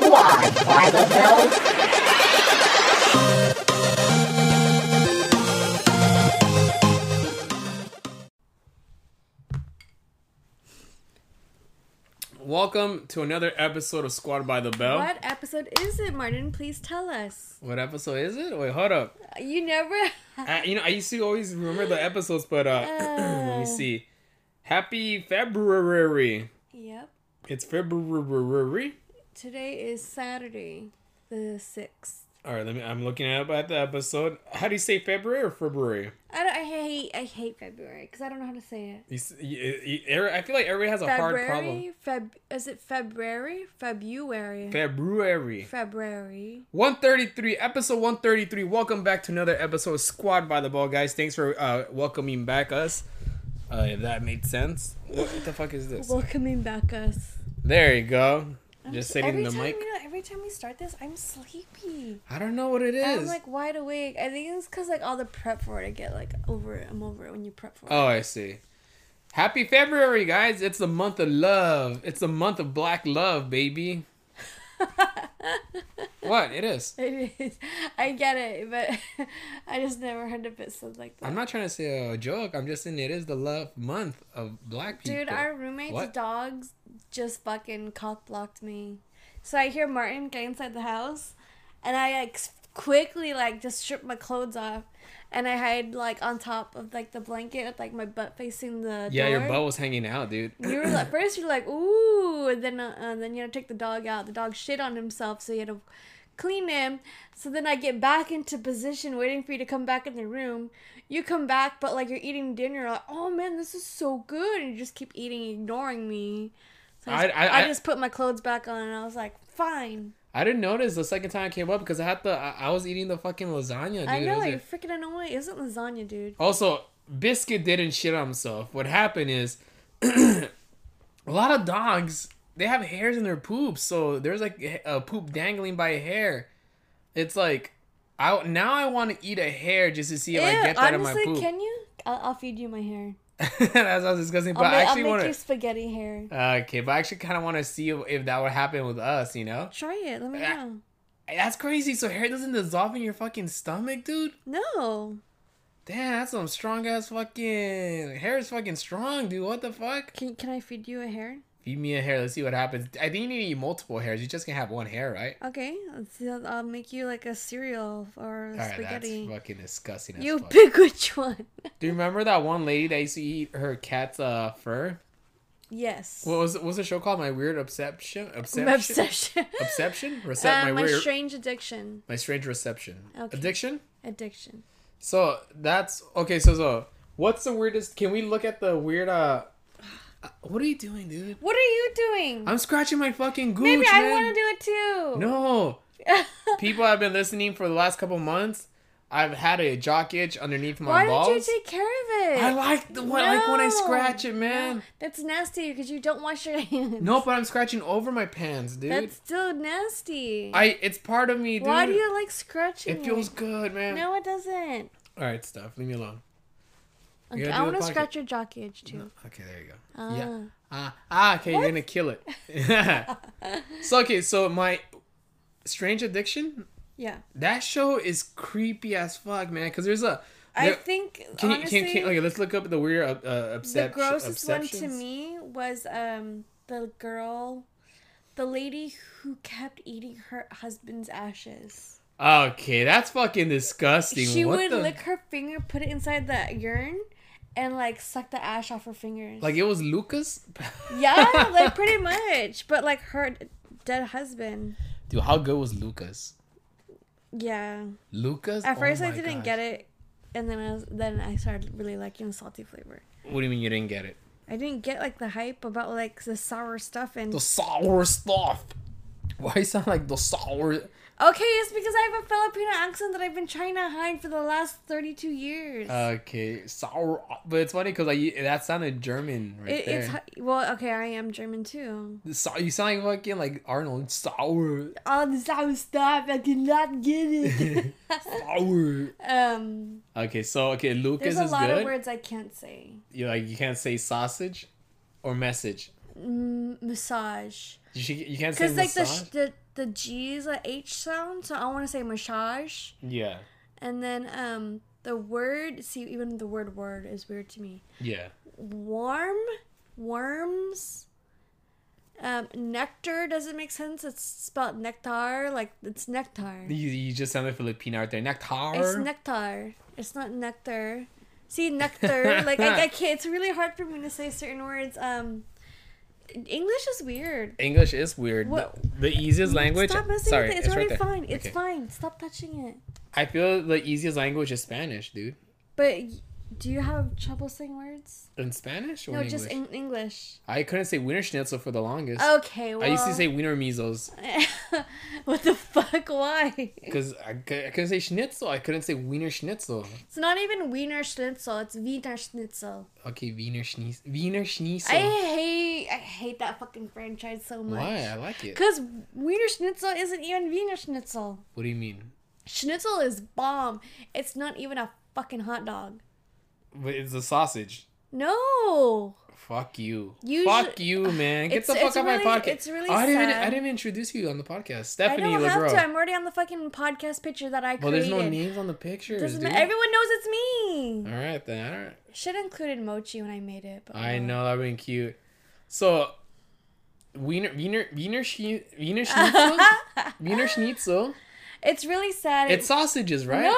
God, why the hell? Welcome to another episode of Squad by the Bell. What episode is it, Martin? Please tell us. What episode is it? Wait, hold up. You never. I, you know, I used to always remember the episodes, but uh, let me Uh. see. Happy February. yep. It's February. Today is Saturday, the 6th. All right, let me. I'm looking up at the episode. How do you say February or February? I, don't, I hate I hate February because I don't know how to say it. You, s- you- you- every- I feel like everybody has a hard problem. February. Feb. Is it February? February. February. February. 133 episode 133 welcome back to another episode of squad by the ball guys thanks for uh welcoming back us uh if that made sense what the fuck is this Welcoming back us. there you go just sitting every in the time, mic You know, every time we start this, I'm sleepy. i don't know what it I'm is like wide awake. I think it's because like all the prep for it. I get like over it. I'm over it when you prep for it. oh i see happy february guys it's the month of love it's the month of black love baby what it is It is. I get it, but I just never heard of it said like that. i'm not trying to say a joke i'm just saying it is the love month of black people Dude, our roommate's What? dogs just fucking cock blocked me. So I hear Martin get inside the house, and I like s- quickly like just strip my clothes off, and I hide like on top of like the blanket with like my butt facing the yeah door. your butt was hanging out dude You were like first you're like ooh, and then uh, and then you know take the dog out. The dog shit on himself, so you had to clean him. So then I get back into position, waiting for you to come back in the room. You come back, but like you're eating dinner. You're like oh man, this is so good, and you just keep eating, ignoring me. So I, just, I- I, I- I- just put my clothes back on, and I was like fine. I didn't notice the second time I came up because I had the I, I was eating the fucking lasagna, dude. I It know was you're like- freaking annoying. Isn't lasagna, dude? also, biscuit didn't shit on himself. What happened is a lot of dogs they have hairs in their poops, so there's like a poop dangling by a hair. It's like I now I want to eat a hair just to see if I Ew, get that honestly, in my poop. can you? I'll, I'll feed you my hair. That sounds disgusting, I'll, but ma- I I'll actually make want you to. spaghetti hair. Okay, but I actually kind of want to see if, if that would happen with us, you know? Try it. Let me Ah. know. That's crazy. So hair doesn't dissolve in your fucking stomach, dude. No. Damn, that's some strong ass fucking hair is fucking strong, dude. What the fuck? Can can I feed you a hair? Feed me a hair. Let's see what happens. I think you need to eat multiple hairs. You just can have one hair, right? Okay, let's see, I'll, I'll make you like a cereal or All right, spaghetti. that's fucking disgusting. As you fuck. pick which one. Do you remember that one lady that used to eat her cat's uh, fur? yes. What was what was the show called? My weird obsession. Obsession. my obsession. Obsession. Recep- Uh, my, my weird. strange addiction. my strange reception. Okay. Addiction. Addiction. So that's okay. So so what's the weirdest? Can we look at the weird? uh uh, What are you doing, dude? What are you doing? I'm scratching my fucking gooch, Maybe I man. want to do it too. No, people have been listening for the last couple months. I've had a jock itch underneath my Why balls. don't you take care of it? I like the one, like when I No. scratch it, man. That's nasty because you don't wash your hands. No, but I'm scratching over my pants, dude. That's still nasty. I, it's part of me, dude. Why do you like scratching? It feels it? good, man. No, it doesn't. All right, stuff. Leave me alone. You Okay, gotta I do the want to pocket. scratch your jockey itch too. Okay, there you go. Yeah. Ah. Ah, ah okay, you're gonna kill it. so okay, so my strange addiction. Yeah. That show is creepy as fuck, man. Cause there's a. I there- think Can you, honestly, can, can, okay, let's look up the weird uh, uh, the obsep- grossest one to obsessions. me was um the girl, the lady who kept eating her husband's ashes. Okay, that's fucking disgusting. She what would the? lick her finger, put it inside the urn, and like suck the ash off her fingers. Like it was Lucas. yeah, like pretty much, but like her d- dead husband. Dude, how good was Lucas? Yeah. Lucas. At Oh first I my didn't gosh. get it, and then I was, then I started really liking the salty flavor. What do you mean you didn't get it? I didn't get like the hype about like the sour stuff and The sour stuff. Why you sound like the sour? Okay, it's because I have a Filipino accent that I've been trying to hide for the last 32 years. Oh, Okay, sour. But it's funny because like that sounded German right it, there. it's hi- well, okay, I am German too. The sou- you sound like fucking like Arnold. Sour, All Oh, this sour stuff, I cannot get it. sour. um, Okay, so okay, Lucas there's a is lot of good. words I can't say. You like you can't say sausage or message. Mm, massage, You, should- you can't say because like massage. the sh- the the G's a H sound, so I want to say massage. Yeah. And then um the word see even the word word is weird to me. Yeah. Warm, worms, um, nectar doesn't make sense. It's spelled nectar, like it's nectar. You, you just sounded Filipino out there. Nectar. It's nectar. It's not nectar. See nectar, like I, I can't. It's really hard for me to say certain words. Um, English is weird. English is weird. What- The, the easiest language. Stop messing Sorry, with it. It's, it's, already right there. fine. It's Okay. fine. Stop touching it. I feel the easiest language is Spanish, dude. But y- do you have trouble saying words? In Spanish or No, in just English? in English. I couldn't say Wiener Schnitzel for the longest. Okay. Well, I used to say Wiener measles what the fuck? Why? because I, cou- I couldn't say Schnitzel. I couldn't say Wiener Schnitzel. It's not even Wiener Schnitzel. It's Wiener Schnitzel. Okay, Wiener Schnies. Wiener I Schnitzel. hate. I hate that fucking franchise so much. Why? I like it. Cause Wiener Schnitzel isn't even Wiener Schnitzel. What do you mean? Schnitzel is bomb. It's not even a fucking hot dog. But it's a sausage. No. Fuck you. You Fuck should- you, man. Get It's- the fuck it's out really- my podcast. it's really I didn't. Even, sad. I didn't even introduce you on the podcast, I Stephanie don't have to. Legro. I'm already on the fucking podcast picture that I Well, there's created. no names on the pictures, Doesn't dude. matter. Everyone knows it's me. All right then. All right. Should have included mochi when I made it. But I whatever. know that'd been cute. So, Wiener Wiener Wiener Schnie, Wiener Schnitzel Wiener Schnitzel. It's really sad. It's sausages, right? No.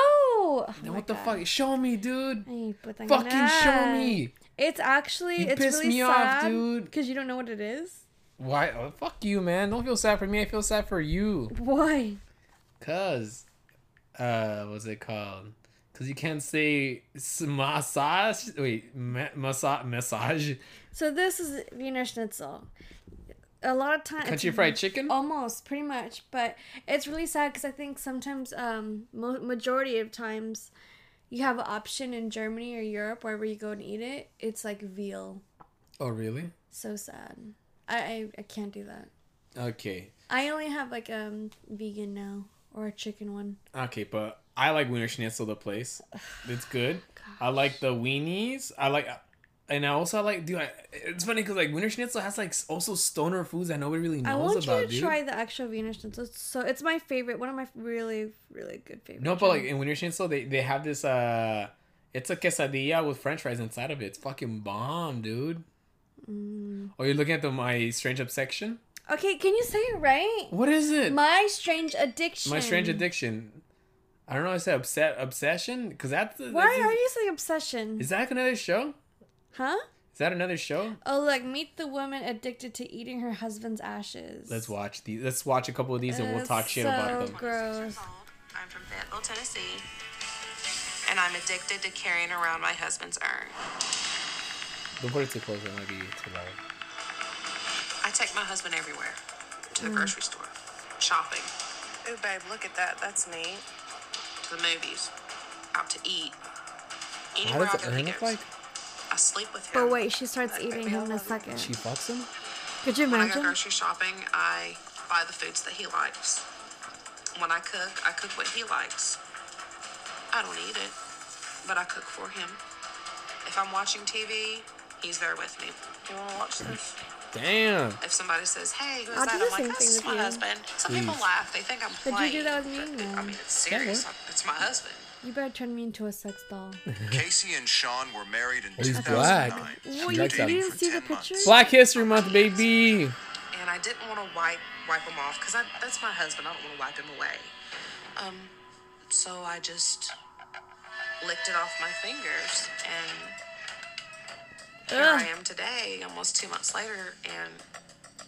Oh Then my what the God. fuck? Show me, dude. Ay, putang Fucking show ina. me. It's actually You it's pissed really me off, sad dude. Cause you don't know what it is. Why? Oh, fuck you, man. Don't feel sad for me. I feel sad for you. Why? Cause, uh, what's it called? Cause you can't say s- massage. Wait, ma- massage, massage. So this is Wiener Schnitzel. A lot of times, Country fried chicken. almost pretty much, but it's really sad because I think sometimes, um, mo- majority of times, you have an option in Germany or Europe wherever you go and eat it. It's like veal. Oh, really? So sad. I I, I can't do that. Okay. I only have like um vegan now or a chicken one. Okay, but I like Wiener Schnitzel the place. It's good. I like the weenies. I like, and I also like. Dude, I, it's funny because like Wiener Schnitzel has like s- also stoner foods that nobody really knows I want about, you to dude. try the actual Wiener Schnitzel. It's so it's my favorite, one of my really really good favorites. no, but like in Wiener Schnitzel, they they have this. uh It's a quesadilla with French fries inside of it. It's fucking bomb, dude. Mm. Oh, you're looking at the my strange obsession. okay, can you say it right? What is it? My, My strange addiction. strange addiction. I don't know. I said upset obsession because that's. the- Why that's- are you saying obsession? Is that another show? Huh? Is that another show? Oh, look, meet the woman addicted to eating her husband's ashes. Let's watch these. Let's watch a couple of these and we'll talk shit about so them. gross. I'm from Fayetteville, Tennessee, and I'm addicted to carrying around my husband's urn. Don't put it too close. It might be too loud. I take my husband everywhere to Mm. the grocery store, shopping. Ooh, babe, look at that. That's neat. To the movies, out to eat. How Anywhere does the I go, he urn look goes. like? I sleep with him. But wait, she starts eating him in a second. She fucks him? Could you When I go imagine? grocery shopping, I buy the foods that he likes. When I cook, I cook what he likes. I don't eat it, but I cook for him. If I'm watching TV, he's there with me. You want to watch this? Damn. If somebody says, "Hey, who's I'll that?" do the I'm same like, thing "That's with my you. husband." Some people Please. laugh; they think I'm But playing. you do that with me? but it- No. I mean, it's serious. works. It's my husband. You better turn me into a sex doll. Casey and Sean were married in he's 2009. black. Well, you, you likes that. didn't For see the 10 months. picture? Black History Month, baby. And I didn't want to wipe wipe him off because that's my husband. I don't want to wipe him away. Um, so I just licked it off my fingers, and here I Ugh. am today, almost two months later, and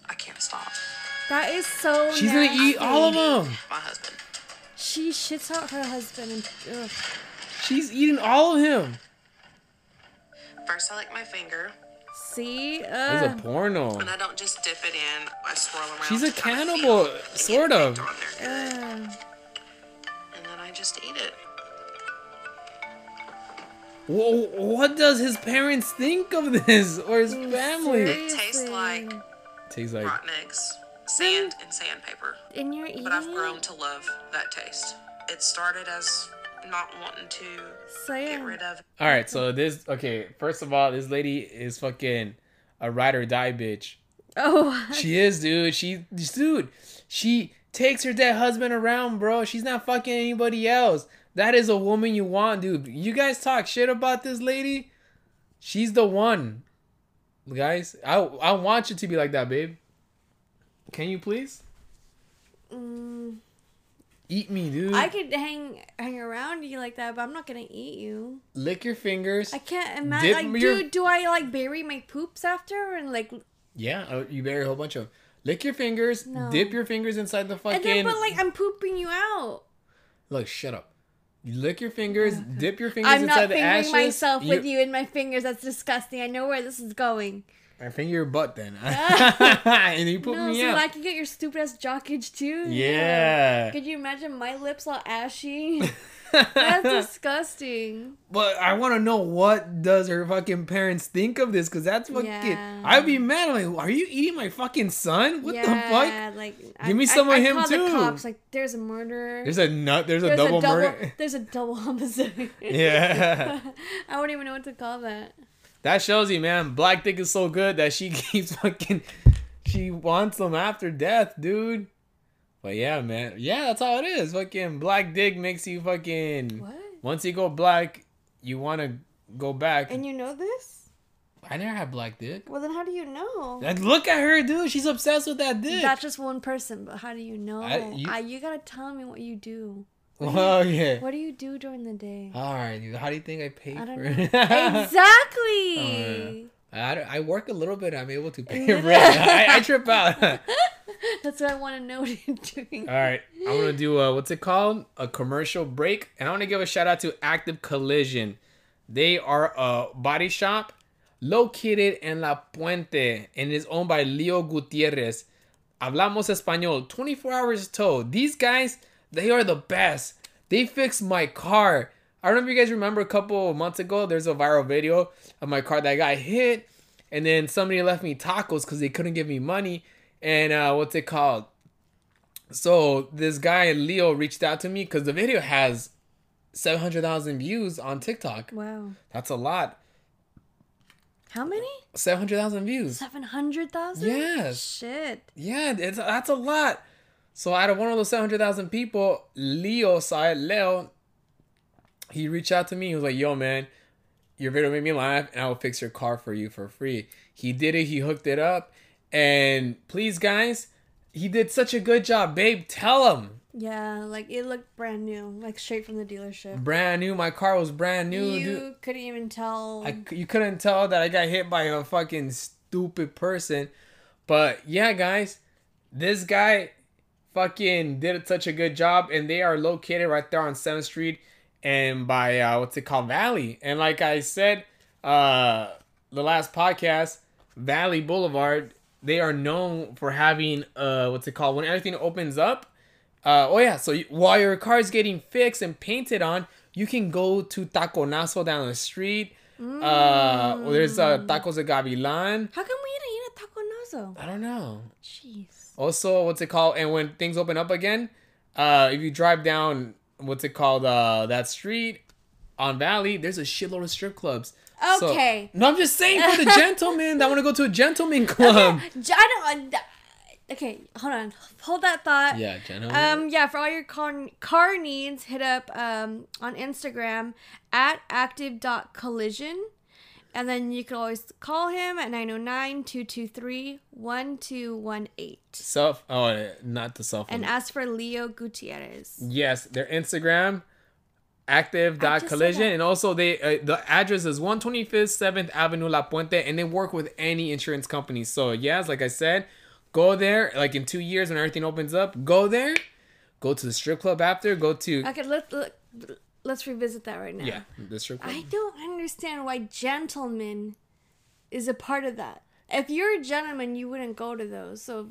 I can't stop. That is so She's gonna eat nasty. all of them. My husband. She shits out her husband and ugh. She's eating all of him. First, I lick my finger, See? There's a Ugh. porno. and I don't just dip it in. I swirl around. She's a to kinda cannibal, feel it and get sort of. it on there good. Ugh. and then I just eat it. Whoa, what does his parents think of this or his family? It tastes like Tastes like rotten eggs, sand, and sandpaper. And you're eating. But I've grown to love that taste. It started as not wanting to get Sand. rid of All right, so this okay. First of all, this lady is fucking a ride or die bitch. Oh, She is, dude. She, dude. She takes her dead husband around, bro. She's not fucking anybody else. That is a woman you want, dude. You guys talk shit about this lady. She's the one. Guys, I I want you to be like that, babe. Can you please? Eat me, dude. Mm. I could hang hang around you like that, but I'm not gonna eat you. Lick your fingers. I can't Dip imagine. Like, your- dude, do I like bury my poops after and like? Yeah, uh, you bury a whole bunch of 'em. Lick your fingers, No. dip your fingers inside the fucking. And then, but like, I'm pooping you out. Look, shut up. You lick your fingers, dip your fingers I'm inside not the fingering ashes. myself with you. you in my fingers. That's disgusting. I know where this is going. I finger your butt then. and you put no, me so out. I can get your stupid ass jock itch too. yeah. Could you imagine my lips all ashy? That's disgusting. but I want to know what does her fucking parents think of this? Cause that's fucking. Yeah. I'd be mad. I'm like, are you eating my fucking son? What the fuck? Like, give me some of him, too. The cops. Like, there's a murderer. There's a nut. There's, a There's double, murder. There's a double homicide. yeah. I wouldn't even know what to call that. That shows you, man. Black Dick is so good that she keeps fucking. She wants them after death, dude. But yeah, man. Yeah, that's how it is. Fucking Black Dick makes you fucking. What? Once you go black, you want to go back. And you know this? I never had Black Dick. Well, then how do you know? Like, look at her, dude. She's obsessed with that dick. That's just one person, but how do you know? I- I, you- you... gotta tell me what you do. oh, yeah. What do you do during the day? All right, dude. How do you think I pay I don't for know. it? Oh, exactly. I, don't- I work a little bit. I'm able to pay rent. I, I trip out. That's what I want to know what you're doing. All right, I want to do a, what's it called? A commercial break, and I want to give a shout out to Active Collision. They are a body shop located in La Puente and is owned by Leo Gutierrez. Hablamos español, 24 hours tow. These guys, they are the best. They fixed my car. I remember you guys remember a couple of months ago, there's a viral video of my car that got hit, and then somebody left me tacos because they couldn't give me money. And uh, what's it called? So this guy Leo reached out to me because the video has seven hundred thousand views on TikTok. Wow. That's a lot. How many? Seven hundred thousand views. 700,000? Yes. Shit. Yeah, it's that's a lot. So out of one of those seven hundred thousand people, Leo side Leo, he reached out to me. He was like, "Yo, man, your video made me laugh, and I will fix your car for you for free." He did it. He hooked it up, and please, guys, he did such a good job, babe. Tell him Yeah, like it looked brand new, like straight from the dealership. brand new. My car was brand new. you dude. couldn't even tell. I c you couldn't tell that I got hit by a fucking stupid person. But yeah, guys, this guy fucking did such a good job, and they are located right there on Seventh Street and by uh, what's it called Valley. And like I said, uh, the last podcast, Valley Boulevard, they are known for having uh, what's it called when everything opens up. Uh, oh yeah, so you, while your car is getting fixed and painted on, you can go to Taconazo down the street. Uh, well, there's Mm. uh, Tacos de Gavilan. How come we didn't eat a taco nozo? I don't know. Jeez. Also, what's it called? And when things open up again, uh, if you drive down what's it called uh, that street on Valley, there's a shitload of strip clubs. So- Okay. no, I'm just saying for the gentlemen that want to go to a gentleman club. J- I don't. uh, Okay, hold on. Hold that thought. Yeah, uh, gentlemen. Um, yeah, for all your car, car needs, hit up um, on Instagram at active.collision. And then you can always call him at 909 223 1218. self. Oh, uh, not the cell phone. And ask for Leo Gutierrez. Yes, their Instagram active I dot just said collision that. and also they uh, the address is 125th 7th avenue la puente and they work with any insurance company so yes like i said go there like in two years when everything opens up go there go to the strip club after go to Okay, let, let, let's revisit that right now. yeah the strip club I don't understand why gentleman is a part of that. If you're a gentleman, you wouldn't go to those. So,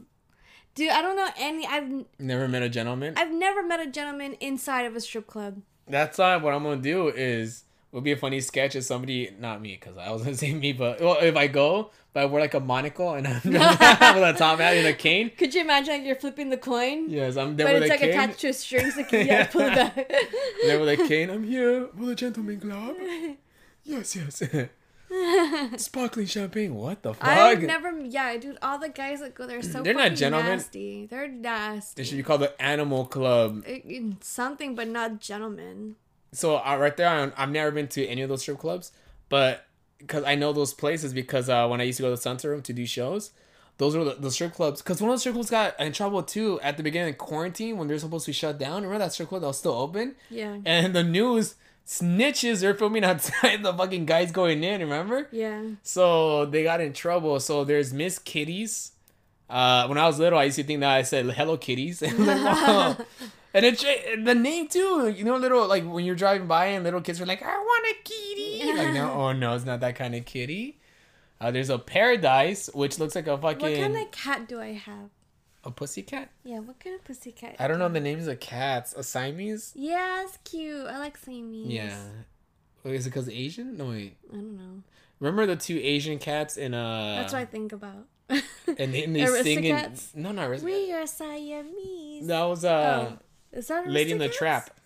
dude, I don't know any. I've never met a gentleman I've never met a gentleman inside of a strip club. that's not what i'm gonna do is would be a funny sketch if somebody not me because i was gonna say me but well if i go but i wear like a monocle and i'm with a top hat and a cane Could you imagine like, you're flipping the coin, yes i'm there but with it's a like cane. attached to a string? So you yeah, pull it back. They were like, Kane, I'm here for the gentleman club. Yes, yes. Sparkling champagne. What the fuck? I've never, yeah, dude. All the guys that go there are so They're they're not not gentlemen. Nasty. They're They nasty. should be called the Animal Club. It- it- something, but not gentlemen. So uh, right there, I'm, I've never been to any of those strip clubs, but because I know those places because uh, when I used to go to the Sunset Room to do shows, those were the, the strip clubs. Because one of the strip clubs got in trouble too at the beginning of quarantine when they're supposed to be shut down. Remember that strip club that was still open? Yeah. And the news snitches are filming outside the fucking guys going in. Remember? Yeah. So they got in trouble. So there's Miss Kitties. Uh, when I was little, I used to think that I said Hello Kitties. And, I'm like, "No." And it, cha- and the name too. You know, little like when you're driving by and little kids are like, "I want a kitty." Like, no, oh no, it's not that kind of kitty. Uh, there's a paradise which looks like a fucking What kind of cat do I have? a pussy cat. Yeah, what kind of pussy cat? I don't know the names of cats. A Siamese. Yeah, it's cute. I like Siamese. Yeah. Wait, Is it because Asian? No wait. I don't know. Remember the two Asian cats in uh? That's what I think about. And they, and they sing in Aristocats? no not Aristocats. We are Siamese. That was uh, Oh, is that Lady in the Aristocats? Trap.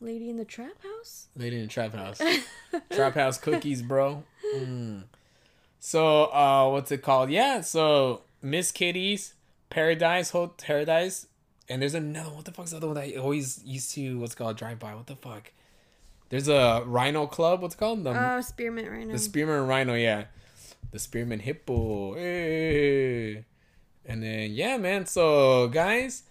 Lady in the Trap House? Lady in the Trap House. trap House cookies, bro. Mm. So, uh, what's it called? Yeah, so Miss Kitty's Paradise, Hotel Paradise, and there's another. What the fuck's the other one that I always used to? What's it called drive by? What the fuck? There's a Rhino Club. What's it called the Oh, spearmint right now. Mm-hmm. the Spearman Rhino? Yeah, the Spearman Hippo. Hey. And then yeah, man. So guys,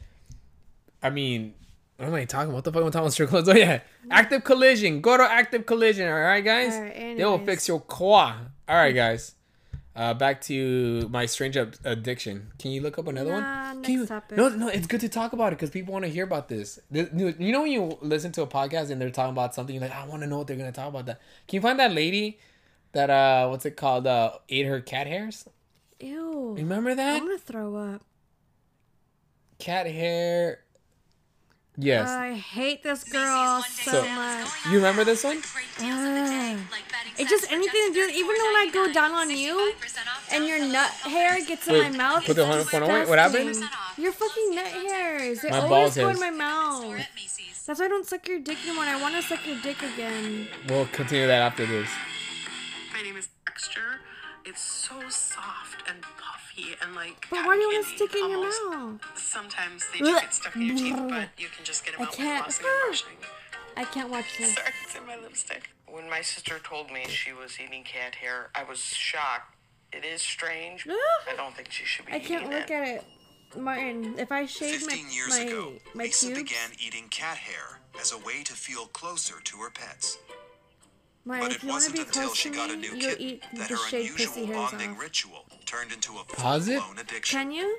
I mean, what am I talking? What the fuck am I talking about? Strip clubs? Oh yeah, active collision. Go to active collision. All right, guys. All right, they will anyways. fix your qua. All right, guys. Uh, back to my strange ab- addiction. Can you look up another Nah, one? next Can you, topic. No, no, it's good to talk about it because people want to hear about this. Th- You know when you listen to a podcast and they're talking about something, you're like, I want to know what they're gonna talk about. That can you find that lady that uh, what's it called? Uh, ate her cat hairs. Ew. Remember that? I'm gonna throw up. cat hair. Yes. I hate this girl so So- much. Ah. you remember this one? It just anything to do. Even when I go down on you, and your nut hair gets in Wait, my mouth. put the it's phone away? What happened? disgusting. Your fucking nut hairs. They My always balls go in hairs. my mouth. That's why I don't suck your dick anymore. and I want to suck your dick again. we'll continue that after this. My name is Texture. It's so soft and puffy and like. But why do you want to cotton stick it in your candy mouth? Sometimes they just get stuck in your teeth, but you can just get them I out with can't- flossing and brushing. I can't watch this. Sorry, it's in my lipstick. When my sister told me she was eating cat hair, I was shocked. It is strange. I don't think she should be I eating can't look that. at it, Martin. If I shave my 15 years my ago, my Lisa pubes, began eating cat hair as a way to feel closer to her pets. my But if it you want to wasn't be until close she to got a me, new you'll kitten eat that the her shaved pussy unusual hairs bonding off. ritual turned into a Pause it? full-blown addiction. Can you?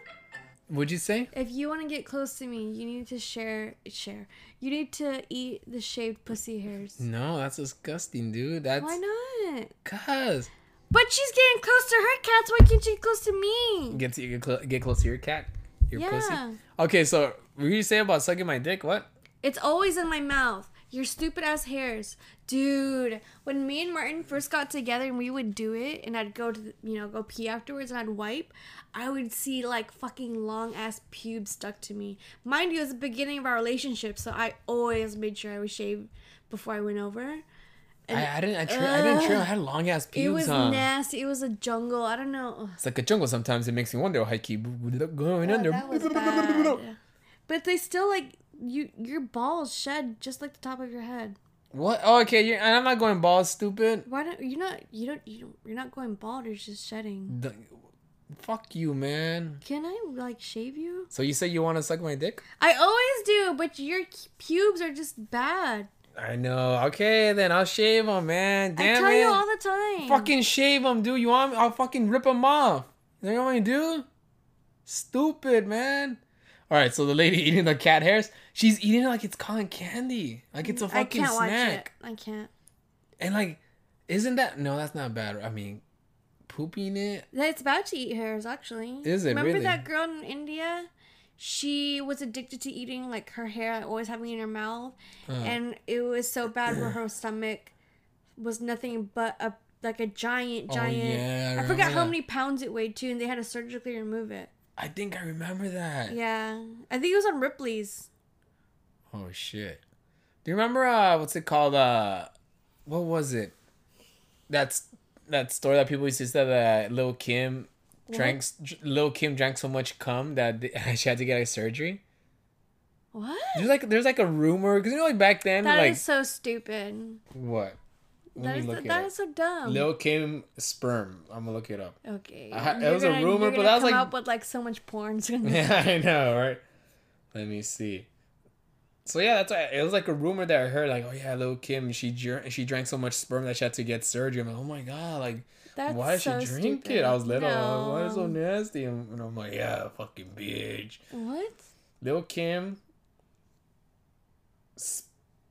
Would you say? If you want to get close to me, you need to share share. You need to eat the shaved pussy hairs. No, that's disgusting, dude. That's Why not? cause But she's getting close to her cats. Why can't she get close to me? get to get, clo- get close to your cat, your Yeah. pussy. Okay, so what did you say about sucking my dick? What? It's always in my mouth. Your stupid ass hairs, dude. When me and Martin first got together and we would do it, and I'd go to the, you know go pee afterwards and I'd wipe, I would see like fucking long ass pubes stuck to me. Mind you, it was the beginning of our relationship, so I always made sure I was shaved before I went over. I, I didn't. I, tra- I didn't. Tra- I had long ass It was pubes on. nasty. It was a jungle. I don't know. Ugh, it's like a jungle. Sometimes it makes me wonder how I keep going under. Oh, that was bad. But they still like you. Your balls shed just like the top of your head. What? Oh, okay, you're, and I'm not going balls, stupid. Why don't you're not you don't you don't you're not going bald? You're just shedding. The- fuck you, man. Can I like shave you? So you say you want to suck my dick? I always do, but your pubes are just bad. I know. Okay, then I'll shave him, man. Damn I tell it. you all the time. Fucking shave them, dude. You want? I'll fucking rip them off. You know what I do? Stupid, man. All right, so the lady eating the cat hairs, she's eating it like it's cotton candy, like it's a I fucking can't snack. watch it. I can't. And like, isn't that? No, that's not bad. I mean, pooping it. It's about to eat hairs actually. Is it Remember really? that girl in India? She was addicted to eating like her hair, always having it in her mouth, Uh. and it was so bad where her stomach was nothing but a like a giant, Oh, giant. yeah, I I forgot remember how that. many pounds it weighed too, and they had to surgically remove it. I think I remember that. Yeah, I think it was on Ripley's. Oh shit. Do you remember uh what's it called? Uh what was it? That's that story that people used to say that uh, Lil Kim drank dr- Lil Kim drank so much cum that th- she had to get like surgery? What? There's like there's like a rumor because you know like back then That is like so stupid. what? Let That me is, look that it is um, so dumb. up. Lil Kim sperm. I'm gonna look it up. okay. I- it you're was a gonna- rumor, you're but gonna that was come like- out with like so much porn. Yeah, I know, right? Let me see. So yeah, that's why it was like a rumor that I heard, like, oh yeah, Lil Kim, she dr- she drank so much sperm that she had to get surgery. I'm like, oh my god, like, That's why did so she drink stupid. it? I was little, I was like, why is it so No. nasty? And, and I'm like, yeah, fucking bitch, What? Lil Kim. Sperm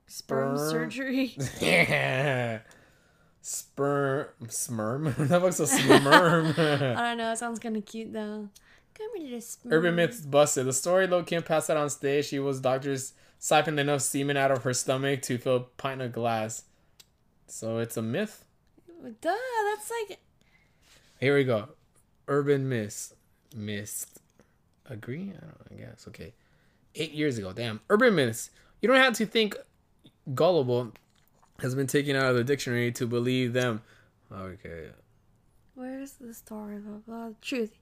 Sperm. surgery. Yeah. Sperm, smirm. that was a I smirm. don't know. It sounds kind of cute though. Come here, little sperm. Urban myths busted. The story Lil Kim passed out on stage. She was doctors siphoned enough semen out of her stomach to fill a pint of glass. So it's a myth. Duh, that's like Here we go. Urban myths. Missed. Agree? I don't I guess. Okay. Eight years ago. Damn. Urban myths. You don't have to think gullible has been taken out of the dictionary to believe them. Okay. where's the story? Blah blah. Truth.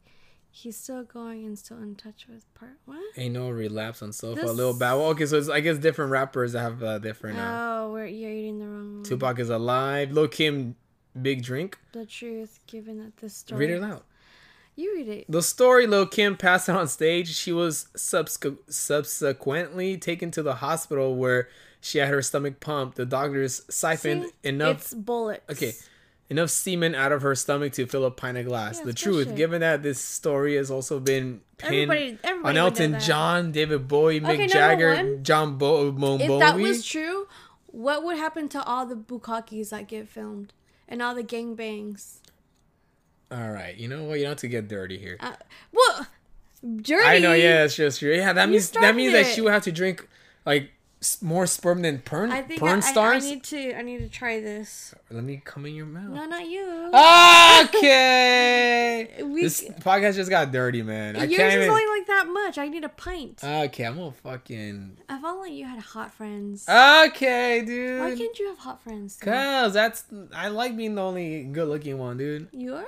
He's still going and still in touch with part what? Ain't no relapse on sofa. This- Lil Bow. Wow. Okay, so it's I guess different rappers that have uh, different. Uh, Oh, we're, you're eating the wrong one. Tupac is alive. Lil Kim, big drink. The truth, given that this story. Read it out. You read it. The story Lil Kim passed out on stage. She was subsequ- subsequently taken to the hospital where she had her stomach pumped. The doctors siphoned See? enough It's bullets. Okay. enough semen out of her stomach to fill a pint of glass. Yeah, the it's truth, bullshit. given that this story has also been pinned Everybody- everybody would on know Elton that. John, David Bowie, Mick number Jagger, one, John Bo- Bon If Bon that Jovi. was true, what would happen to all the bukakis that get filmed and all the gangbangs? All right, you know what? You don't have to get dirty here. Uh, what? Dirty. I know, yeah, that's just true. Yeah, that means that started means that it. she would have to drink like s- more sperm than porn I think porn I, stars. I, I need to. I need to try this. Let me come in your mouth. No, not you. Uh, Okay. We- this podcast just got dirty, man. I Yours can't is even. Uh, only like that much. I need a pint. Okay, I'm gonna fucking. I felt like you had hot friends. uh, Okay, Why dude. can't you have hot friends? though? Cause that's I like being the only good-looking one, dude. You are.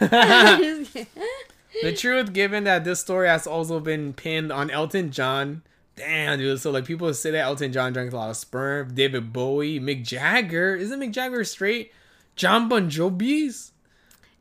the Just kidding. truth, given that this story has also been pinned on Elton John. Damn, dude. So like people say that Elton John drank a lot of sperm. David Bowie, Mick Jagger. Isn't Mick Jagger straight? John Bon Jovi's.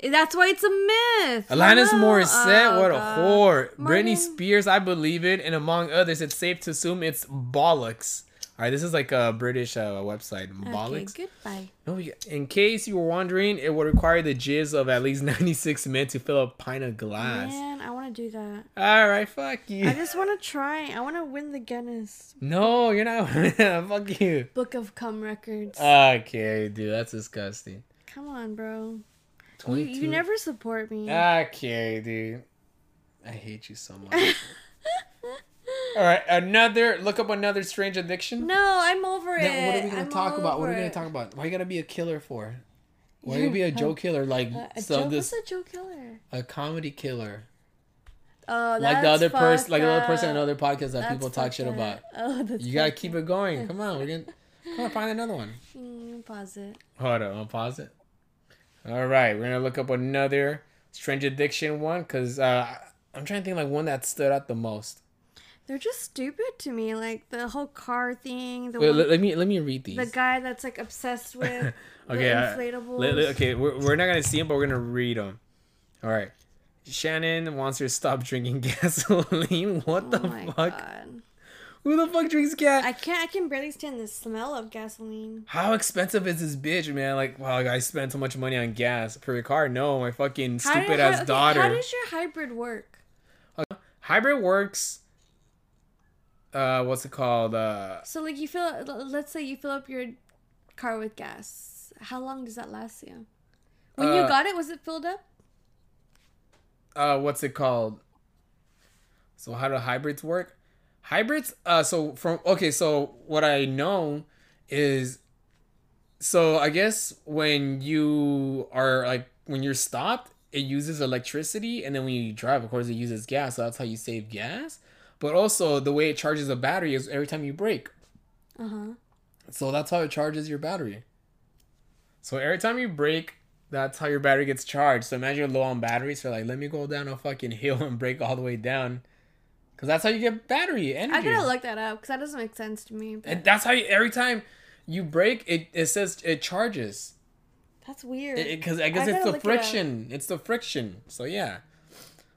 That's why it's a myth. Alanis Hello? Morissette, Oh, what a God. whore. Martin. Britney Spears, I believe it, and among others, it's safe to assume it's bollocks. All right, this is like a British uh, website, bollocks. Okay, goodbye. No, you- in case you were wondering, it would require the jizz of at least 96 men to fill a pint of glass. Man, I want to do that. All right, fuck you. I just want to try. I want to win the Guinness No, you're not. fuck you. Book of Cum Records. Uh, Okay, dude, that's disgusting. Come on, bro. You, 22. you never support me. Uh, Okay, dude. I hate you so much. All right, another look up another strange addiction. no, I'm over Then it. what are we gonna I'm talk about? What are we over gonna it. talk about? Why you gotta be a killer for? Why you be a Joe killer like Uh, a so Joe, this what's a Joe killer? a comedy killer Oh, that's like the other person fucked like the other person up. on other podcasts that That's people talk fucked shit up. about. Oh, that's You gotta fucked keep it going. Come on, we're gonna come on find another one. up. Mm, pause it. Hold on, I'll pause it. All right, we're gonna look up another strange addiction one because uh, I'm trying to think like one that stood out the most. They're just stupid to me. Like the whole car thing. The Wait, one, let, let me let me read these. the guy that's like obsessed with okay, the uh, inflatables. let- let- okay, we're, we're not gonna see them, but we're gonna read them. All right. Shannon wants her to stop drinking gasoline. What the oh my fuck? god! Who the fuck drinks gas? I can't. I can barely stand the smell of gasoline. How expensive is this bitch, man? Like, wow, like, I spent so much money on gas for your car. No, my fucking How did- stupid how- ass okay, daughter. How does your hybrid work? Hybrid works. Uh, what's it called? Uh, So like you fill. l- Let's say you fill up your car with gas. How long does that last you? When you Uh, got it, was it filled up? uh, what's it called? So how do hybrids work? Hybrids. Uh, so from okay, so what I know is, so I guess when you are like when you're stopped, it uses electricity, and then when you drive, of course, it uses gas. So that's how you save gas. But also the way it charges the battery is every time you brake. Uh huh. So that's how it charges your battery. So every time you brake, That's how your battery gets charged. So imagine you're low on batteries. So like, let me go down a fucking hill and break all the way down, because that's how you get battery energy. I gotta look that up because that doesn't make sense to me. But And that's how you, every time you break, it it says it charges. that's weird. Because I guess I it's gotta the look it friction. it's the friction. So yeah.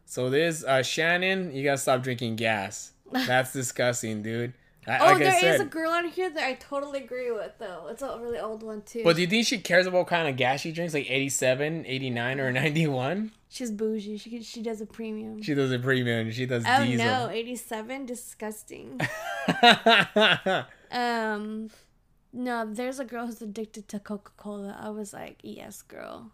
So this uh, Shannon, you gotta stop drinking gas. That's disgusting, dude. I, oh, like there I is said, a girl on here that I totally agree with though. It's a really old one too. But do you think she cares about what kind of gas she drinks, like 87, 89, or 91? She's bougie. She she does a premium. She does a premium. She does oh diesel. no, eighty-seven, disgusting. um, no, there's a girl who's addicted to Coca-Cola. I was like, yes, girl.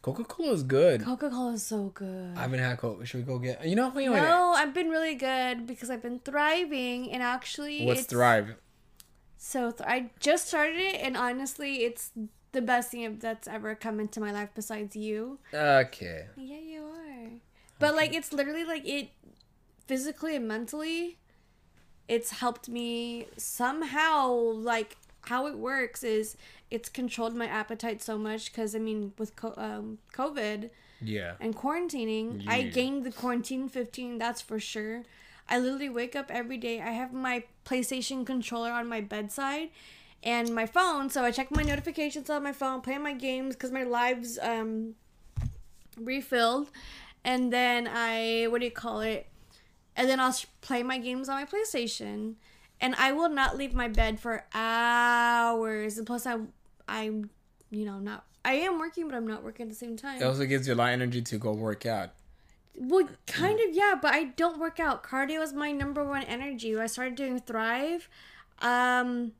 Coca Cola is good. Coca-Cola is so good. I haven't had Coke. Should we go get? You know, wait, wait. No, I've been really good because I've been thriving, and actually, What's it's Thrive? So th- I just started it, and honestly, it's the best thing that's ever come into my life besides you. Okay. Yeah, you are. But like, it's literally like it physically and mentally. It's helped me somehow. Like how it works is it's controlled my appetite so much because I mean with co- um, COVID Yeah. and quarantining, I Yeah. gained the quarantine fifteen. That's for sure. I literally wake up every day. I have my PlayStation controller on my bedside and my phone, so I check my notifications on my phone, play my games because my lives um refilled and then i what do you call it and then i'll s- play my games on my playstation and i will not leave my bed for hours and plus i i'm you know not i am working but i'm not working at the same time It also gives you a lot of energy to go work out. well kind of yeah but i don't work out cardio is my number one energy When i started doing thrive um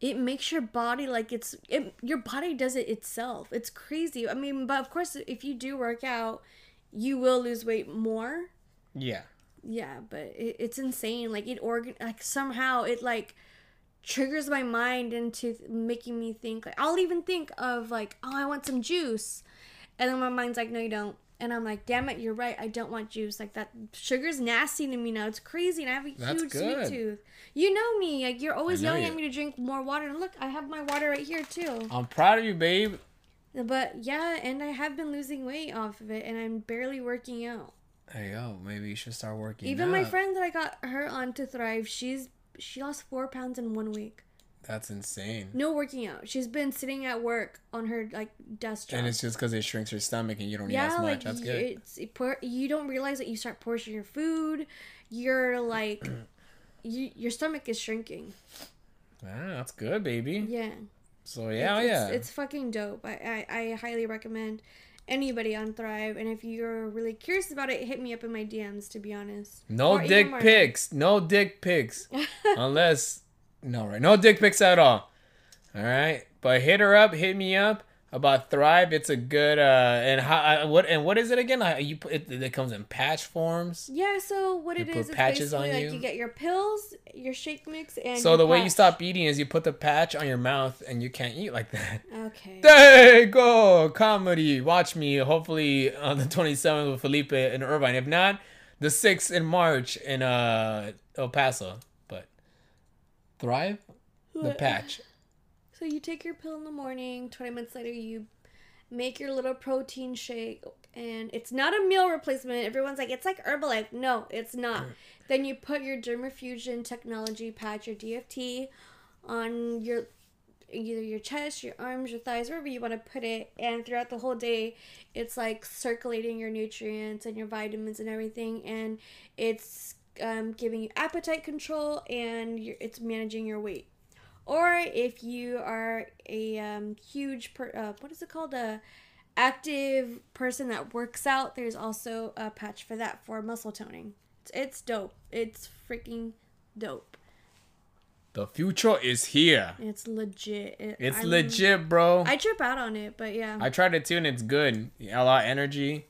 it makes your body like it's it, your body does it itself it's crazy i mean but of course if you do work out you will lose weight more Yeah. yeah but it, it's insane like it organ like somehow it like triggers my mind into th- making me think like i'll even think of like oh i want some juice and then my mind's like no you don't and i'm like damn it you're right i don't want juice like that sugar's nasty to me now it's crazy and i have a That's huge good. sweet tooth you know me like you're always know yelling you. at me to drink more water and look i have my water right here too I'm proud of you, babe. but yeah and i have been losing weight off of it and i'm barely working out There you go. Maybe you should start working. Even my out. friend that I got her on to Thrive, she's she lost four pounds in one week. That's insane. No working out. She's been sitting at work on her like desk job. And it's just because it shrinks your stomach and you don't eat yeah, as much. like That's y- good. it's it por- you don't realize that you start portioning your food. You're like, you, your stomach is shrinking. ah, that's good, baby. Yeah. So yeah, oh, it's, yeah. It's fucking dope. I, I I highly recommend anybody on Thrive. And if you're really curious about it, hit me up in my DMs. To be honest. no Or even dick more. pics. No dick pics. Unless no right. No dick pics at all. All right. But hit her up. Hit me up about Thrive. It's a good uh and how uh, what and what is it again? Uh, you put- it, it comes in patch forms. Yeah, so what They it put is, it's patches on basically like you. you. get your pills, your shake mix, and So your the way you patch. stop eating is you put the patch on your mouth and you can't eat like that. Okay. There you go, comedy. Watch me. Hopefully on the 27th with Felipe in Irvine. If not, the 6th in March in uh El Paso. But thrive the patch. So you take your pill in the morning. Twenty minutes later, you make your little protein shake, and it's not a meal replacement. Everyone's like, it's like Herbalife. No, it's not. then you put your Dermafusion technology patch, your DFT, on your either your chest, your arms, your thighs, wherever you want to put it. And throughout the whole day, it's like circulating your nutrients and your vitamins and everything. And it's um, giving you appetite control and you it's managing your weight. Or if you are a um, huge, per, uh, what is it called? A active person that works out, there's also a patch for that for muscle toning. It's, it's dope. It's freaking dope. The future is here. It's legit. It- It's I'm- legit, bro. I trip out on it, but yeah. I tried it too and it's good. A lot of energy.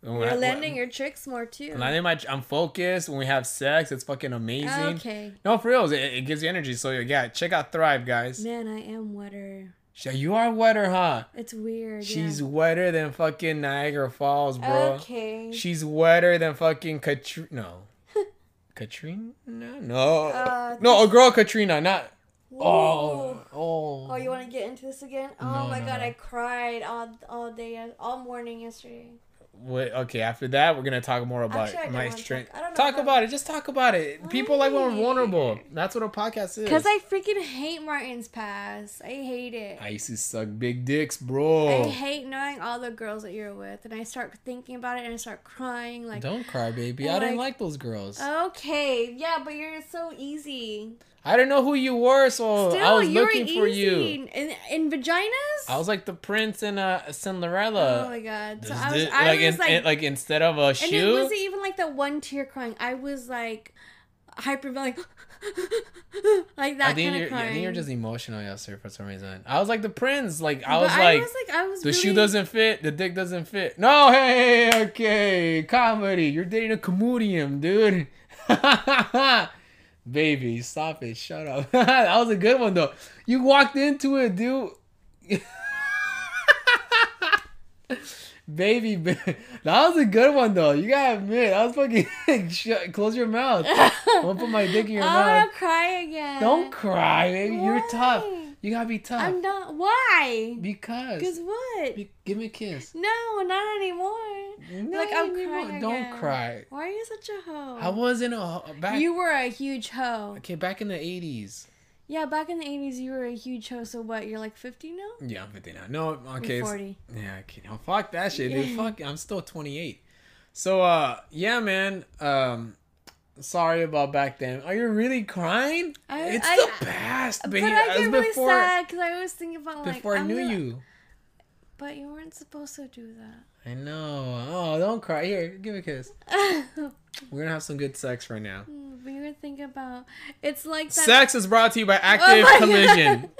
And when You're I- landing your tricks more too. when I landing my, I'm focused. When we have sex, it's fucking amazing. Okay. No, for real, it, it gives you energy. So yeah, check out Thrive, guys. Man, I am wetter. She- You are wetter, huh? It's weird. She's yeah. wetter than fucking Niagara Falls, bro. okay. She's wetter than fucking Katrina. No. Katrina? No. Uh, no, a girl Katrina, not Oh, Oh, oh. you want to get into this again? Oh No, my no, god, no. I cried all all day, all morning yesterday. Wait, okay, after that, we're gonna talk more about Actually, I don't my wanna talk- strength. I don't know Talk about- about it. Just talk about it. People like when Why? we're vulnerable. That's what a podcast is. Cause I freaking hate Martin's Pass. I hate it. I used to suck big dicks, bro. I hate knowing all the girls that you're with, and I start thinking about it and I start crying. Like, Don't cry, baby. I'm I didn't like- like those girls. okay, yeah, but you're so easy. I didn't know who you were, so Still, Oh, I was you're looking for you. In, in vaginas? I was like the prince in uh, Cinderella. Oh my god! So Is I was, it- I like, was in- like, in- like instead of a and shoe, it wasn't even like the one tear crying. I was like hyperventilating, like that I think you're, kind of yeah, I crying. think you're just emotional yesterday for some reason. I was like the prince. Like I But was like, I was like, I was the shoe really- doesn't fit, the dick doesn't fit. No, hey, okay, comedy. You're dating a comedian, dude. Baby, stop it. Shut up. that was a good one though. You walked into it, dude. Baby, ba- that was a good one though. You gotta admit, I was fucking. Shut, close your mouth. I'm gonna put my dick in your Oh, mouth. I'll cry again. Don't cry, baby. You're tough. Why? You gotta be tough. I'm not. Why? because. Because what? Be- give me a kiss. No, not anymore. Not like I'm anymore. crying. Don't again. cry. Why are you such a hoe? I wasn't a ho- back. You were a huge hoe. okay, back in the eighties. Yeah, back in the '80s, you were a huge hoe. So what? You're like 50 now? Yeah, I'm 50 now. No, okay. You're it's- 40. Yeah, okay. No, fuck that shit. Dude. Fuck, I'm still 28. So, uh, yeah, man. Um, sorry about back then. Are you really crying? I- it's I- the past, baby. But I It was get really before, sad because I always think about like before I I'm knew not- you. But you weren't supposed to do that. I know. Oh, don't cry. Here, give me a kiss. We're gonna have some good sex right now. we were thinking about it's like that. Sex is brought to you by Active Oh my Collision. God.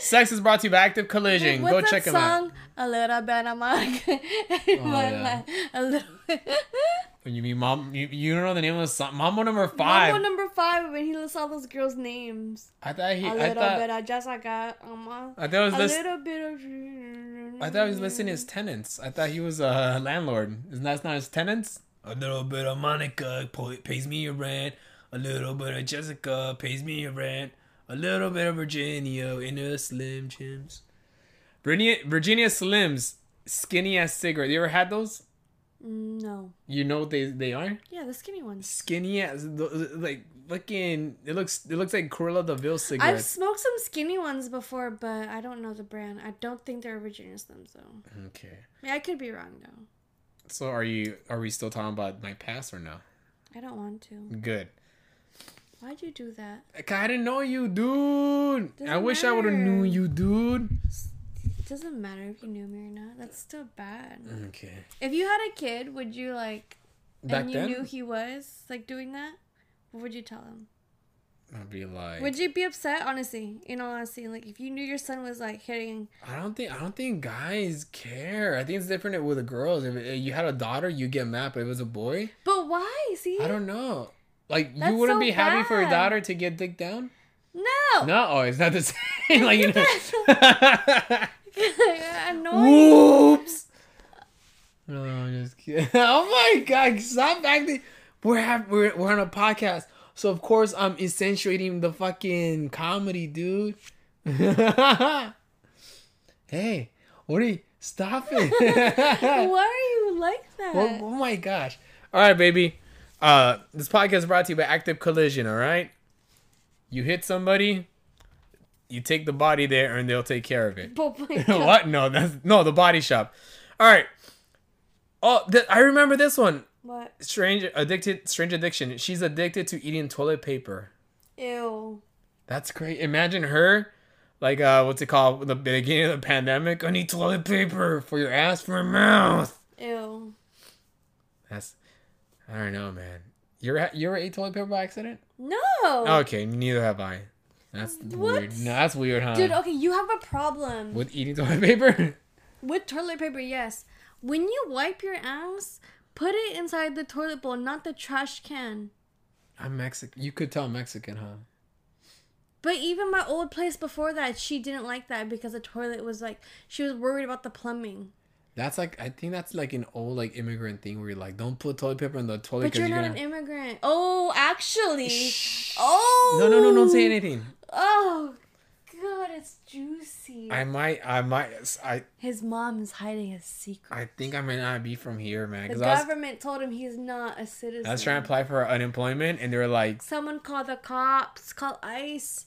Sex is brought to you by Active Collision. What's Go that check them out. Oh, song? A little bit of Monica. yeah. A little bit. When you mean mom, you, you don't know the name of the song. Mambo number five. Mambo number five when he lists all those girls' names. I thought he. A I little thought. bit of Jessica. Um, uh, I thought I was a lis- little mm, bit of. I thought he was listing his tenants. I thought he was a landlord. Isn't that not his tenants? A little bit of Monica po- pays me your rent. A little bit of Jessica pays me your rent. A little bit of Virginia in the Slim Jims. Virginia, Virginia Slims, skinny ass cigarette. You ever had those? No. You know what they they are? Yeah, the skinny ones. skinny ass, like fucking. It looks it looks like Cruella de Vil I've cigarettes. smoked some skinny ones before, but I don't know the brand. I don't think they're Virginia Slims though. okay, Yeah, I could be wrong though. so are you? Are we still talking about my past or no? I don't want to. Good. Why'd you do that? Like, I didn't know you, dude. I Doesn't wish I would have knew matter. you, dude. It doesn't matter if you knew me or not. That's still bad. Okay. If you had a kid, would you like? Back and you then, knew he was like doing that. What would you tell him? I'd be like, Would you be upset? Honestly, in all honesty, like if you knew your son was like hitting I don't think I don't think guys care. I think it's different with the girls. If uh, you had a daughter, you get mad, but if it was a boy, But why? See? I don't know. Like That's you wouldn't so be happy for your bad. daughter to get dick down. No. No, oh, it's not the same. like you know. Annoying. Whoops. No, I'm just kidding. oh my god, stop acting. We're have, we're we're on a podcast, so of course I'm accentuating the fucking comedy, dude. hey, what are you? Stop it. Why are you like that? oh, oh my gosh. All right, baby. Uh, this podcast is brought to you by Active Collision. All right. You hit somebody, you take the body there, and they'll take care of it. Oh my God. what? No, that's no the body shop. All right. Oh, th- I remember this one. What? Strange addicted, strange addiction. She's addicted to eating toilet paper. Ew. That's great. Imagine her, like uh, what's it called? The beginning of the pandemic. I need toilet paper for your ass, for your mouth. Ew. That's, I don't know, man. You're at, you ever ate toilet paper by accident? No. Okay, neither have I. That's Oh. What? weird. No, that's weird, huh? Dude, okay, you have a problem. With eating toilet paper. With toilet paper, yes. When you wipe your ass, put it inside the toilet bowl, not the trash can. I'm Mexican. You could tell I'm Mexican, huh? But even my old place before that, she didn't like that because the toilet was like, she was worried about the plumbing. That's like I think that's like an old like immigrant thing where you're like, don't put toilet paper in the toilet. But 'cause you're not gonna- an immigrant. Oh, actually. Oh. No, no, no! Don't say anything. Oh, see. I might, I might, I, His mom is hiding a secret. I think I may not be from here, man. the Because I was, government told him he's not a citizen. I was trying to apply for unemployment, and they were like, Someone call the cops. Call ICE.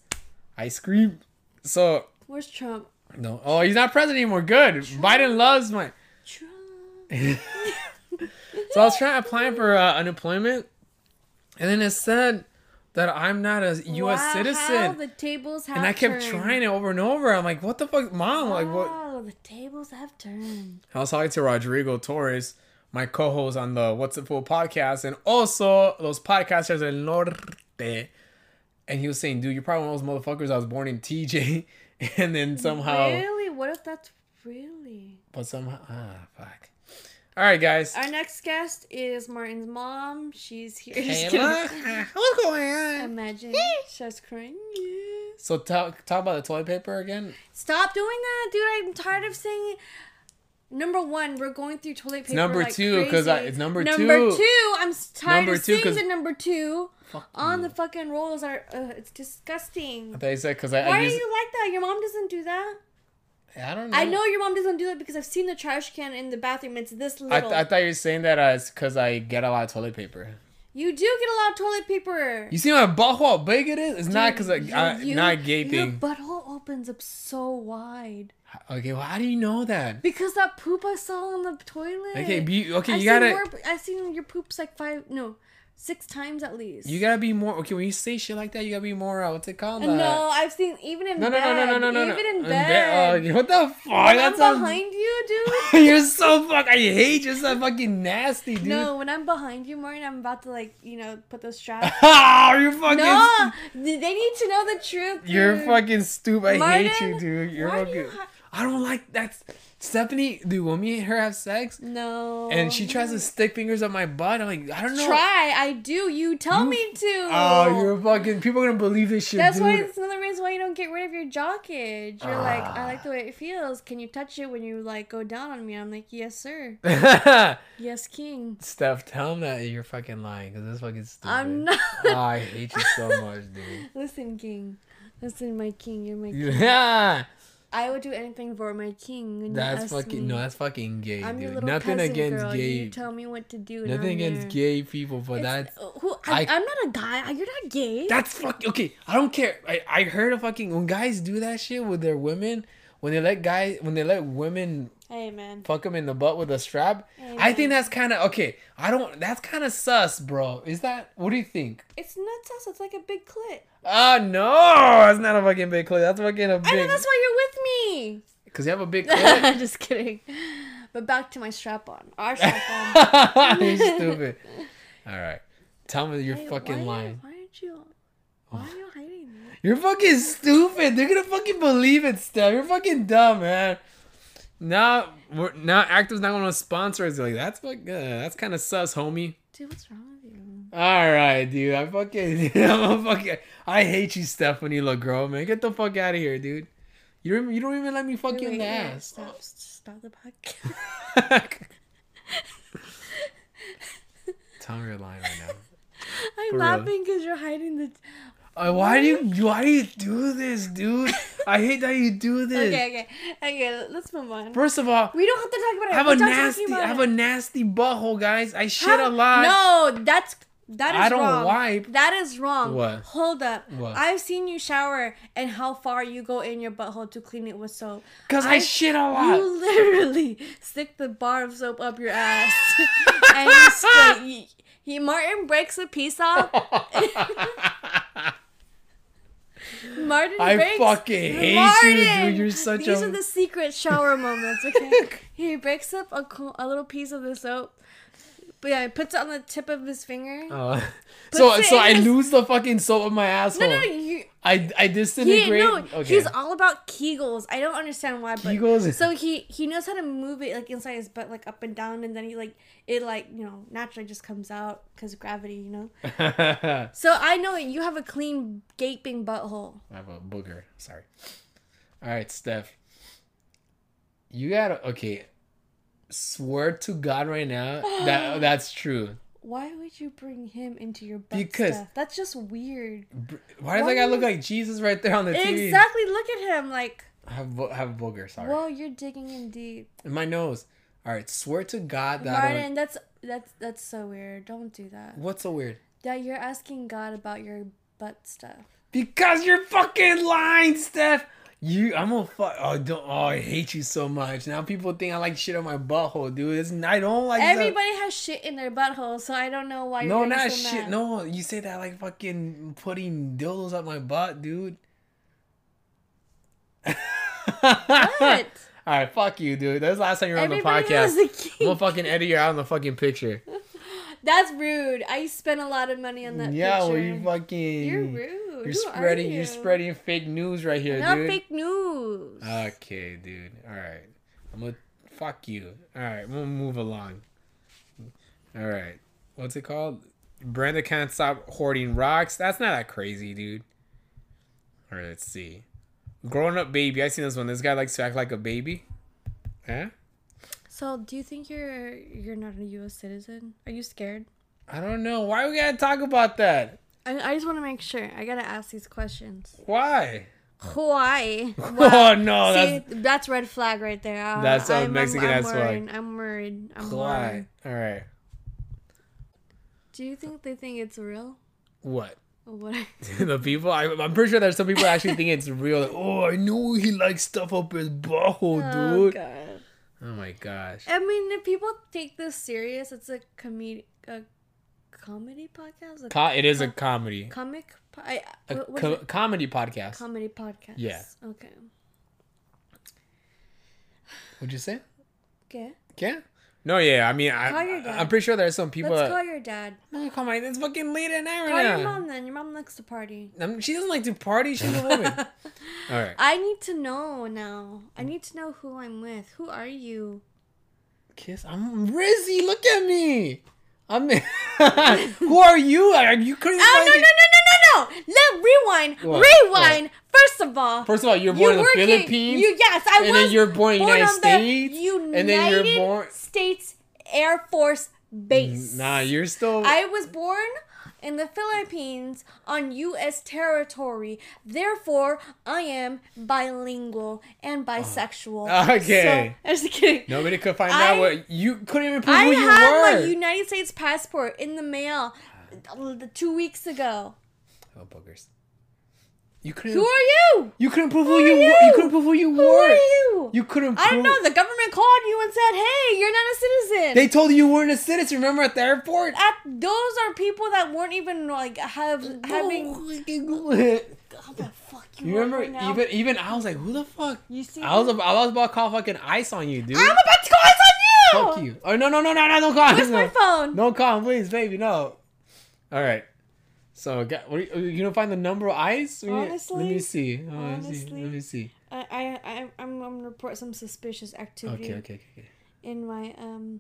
ice cream. So Where's Trump? no, oh, he's not president anymore. Good. Biden loves my. Trump. So I was trying to apply for uh, unemployment, and then it said that I'm not a U.S. Wow, How citizen, the tables have and I kept turned. trying it over and over. I'm like, what the fuck, mom? Like what? Wow, the tables have turned. I was talking to Rodrigo Torres, my co-host on the What's It Full podcast, and also those podcasters del Norte. And he was saying, dude, you're probably one of those motherfuckers I was born in TJ. And then somehow, Really? What if that's really? but somehow, ah, fuck. All right, guys. Our next guest is Martin's mom. She's here. Just Kayla, kidding. Um, what's going on? Imagine she was crying. Yeah. So talk talk about the toilet paper again. Stop doing that, dude. I'm tired of saying. Number one, we're going through toilet paper. number like two, 'cause I- crazy. it's number two. Number two, I'm s- tired Number of two, seeing 'cause- the number two Fuck on the fucking rolls. Are uh, it's disgusting. I thought you said because I, Why I are use. you like that? Your mom doesn't do that. I don't know. I know your mom doesn't do that because I've seen the trash can in the bathroom. It's this I, little. th- I thought you were saying that uh, it's because I get a lot of toilet paper. you do get a lot of toilet paper. You see my butthole how big it is? It's not because I, Dude, I you- not Your gaping. butthole opens up so wide okay, well, how do you know that? because that poop I saw on the toilet. Okay, be, okay, I've you seen gotta More, I've seen your poops like five, no, six times at least. you gotta be more. Okay, when you say shit like that, you gotta be more. Uh, what's it called? And no, Uh, I've seen even in no, no, bed. no, no, no, no, no, Even no. in be- bed. uh, what the fuck? when That's I'm a, behind you, dude. You're so fuck. I hate you. So fucking nasty, dude. No, when I'm behind you, Martin, I'm about to like, you know, put the strap. Oh, you're fucking. no, th- they need to know the truth. You're dude. fucking stupid. I hate Mm. Martin, you, dude. You're why do fucking. you ha- I don't like that. Stephanie, dude, when me and her have sex, No. and she tries to stick fingers up my butt, I'm like, I don't know. Oh, Try, I do. You tell me to. Oh, you're fucking. People are gonna believe this shit, That's dude. why it's another reason why you don't get rid of your jockage. You're like, I Ah. like the way it feels. Can you touch it when you like go down on me? I'm like, yes, sir. Yes, king. Steph, tell him that you're fucking lying because that's fucking stupid. I'm not. Oh, I hate you so much, dude. Listen, king. Listen, my king. You're my. King. Yeah, I would do anything for my king. when you that's ask fucking me. no, that's fucking gay, I'm your dude. little Nothing peasant against girl. gay, You tell me what to do. nothing against gay. gay people, but that's uh, Who? I, I- am not a guy. You're not gay. That's fuck. Okay, I don't care. I, I heard of fucking when guys do that shit with their women when they let guys when they let women hey, man. fuck them in the butt with a strap. I think that's kind of okay. I don't. That's kind of sus, bro. Is that what do you think? It's nuts. Us. It's like a big clit. Ah no, it's not a fucking big clit. That's fucking a I know big. that's why you're with me. Because you have a big clit. Just kidding. But back to my strap on. Our strap on. You're stupid. All right, tell me you're Hey, fucking why, lying. Why aren't you? Why are you hiding that? You're fucking stupid. They're gonna fucking believe it, Steph. You're fucking dumb, man. Now, we're, now Active's not gonna sponsor us. Like that's fuck. uh, that's kind of sus, homie. Dude, what's wrong with you? All right, dude. I fucking, I'm a fucking. I hate you, Stephanie LeGros, man. Get the fuck out of here, dude. You don't, you don't even let me fucking Wait, wait, wait, ass. Stop, stop the podcast. Tell me you're lying right now. I'm For real. laughing because you're hiding the. Uh, why do you why do you do this, dude? I hate that you do this. Okay, okay, okay. Let's move on. First of all, we don't have to talk about it. I have We're a done talking nasty, about I have it. a nasty butthole, guys. I shit a How- lot. No, that's that is I don't wrong. wipe. That is wrong. What? Hold up. What? I've seen you shower and how far you go in your butthole to clean it with soap. cause I, shit a lot. You literally stick the bar of soap up your ass, and you spray. He, he Martin breaks a piece off. Martin I breaks. fucking hate you, dude. You're such These a. are the secret shower moments. Okay, he breaks up a co- a little piece of the soap, but yeah, he puts it on the tip of his finger. Uh, so it so in I his- lose the fucking soap of my asshole. no, no, you. I I He, disintegrate. no, okay. he's all about Kegels. I don't understand why, but Kegels? so he he knows how to move it like inside his butt, like up and down, and then he like it like you know naturally just comes out because of gravity, you know. I So I know you have a clean gaping butthole. have a booger. Sorry. All right, Steph. You gotta okay. Swear to God right now that that's true. Why would you bring him into your butt? Because- stuff? that's just weird. Br- Why does that guy look like Jesus right there on the TV? Exactly. Look at him, like have bo- have booger. Sorry, Whoa, you're digging in deep, in my nose. All right, swear to God that I Martin. don't. That's that's that's so weird. Don't do that. What's so weird? That you're asking God about your butt stuff. Because you're fucking lying, Steph. You, I'm gonna fuck. Oh, don't. Oh, I hate you so much. Now people think I like shit on my butthole, dude. It's, I don't like. that. Everybody has shit in their butthole, so I don't know why. You're No, getting not so shit. mad. No, you say that like fucking putting dildos up my butt, dude. What? All right, fuck you, dude. That's the last time you were on the Everybody podcast. has a I'm gonna kink. fucking edit you out on the fucking picture. That's rude. I spent a lot of money on that yeah, picture. well, you fucking. You're rude. You're Who are spreading. you? are spreading fake news right here, Not dude. fake news. Okay, dude. All right. I'm gonna fuck you. All right, we'll move along. All right. What's it called? Brenda can't stop hoarding rocks. That's not that crazy, dude. All right, let's see. Grown up baby. I seen this one. This guy likes to act like a baby. Huh? so, do you think you're you're not a U.S. citizen? Are you scared? I don't know. Why we gotta talk about that? I, I just want to make sure. I gotta ask these questions. Why? Why? oh no, See, that's that's red flag right there. Uh, That's a I'm- I'm- Mexican I'm ass flag. worried. I'm worried. I'm why. worried. All right. Do you think they think it's real? What? What? the people. I, I'm pretty sure there's some people actually think it's real. Like, oh, I know he likes stuff up his butthole, Oh, dude. God. Oh my gosh. I mean, if people take this serious, it's a comedi a comedy podcast. A Co- it is a co- comedy, comic. Po- I, a what- what co- is it? comedy podcast. comedy podcast. Yeah. Okay. Would you say? Okay. Yeah. No, yeah. I mean, Call your I, dad. I'm pretty sure there's some people. Let's that- call your dad. I'm gonna call my. It's fucking late at night Call right your now. mom then. Your mom likes to party. Um, she doesn't like to party. She's a woman. All right. I need to know now. I need to know who I'm with. Who are you? Kiss. I'm Rizzy. Look at me. I'm. Who are you? I, you couldn't. Oh find no no it. no no no no! Let rewind, What? rewind. First of all, First of all, you're born in the working- Philippines. You yes, I and was. then you're born in the United on the States, United and then you're born- States Air Force Base. Nah, you're still. I was born in the Philippines on U.S. territory. Therefore, I am bilingual and bisexual. Okay. So, I'm just kidding. Nobody could find I- out what you couldn't even prove I who you had were. my United States passport in the mail uh, two weeks ago. oh boogers! You couldn't. Who are you? you couldn't prove who, are you, were. You you? couldn't prove who you Who were. are you? You couldn't. Prove, I don't know. The government called you and said, "Hey, you're not a citizen." they told you you weren't a citizen. Remember at the airport? At, those are people that weren't even like have having. you How the fuck you, are remember? right now? Even even I was like, who the fuck? You see? I was ab- I was about to call fucking ice on you, dude. I'm about to call us on you. Fuck you! Oh no no no no no! Don't call. Where's no. my phone? No call, please, baby. No. All right. So, got, what are you, you gonna find the number of ice? We- let me Honestly, see. Oh, honestly. let me see. I, I, I, I'm gonna report some suspicious Let me activity see. Okay, okay, okay. okay. in my um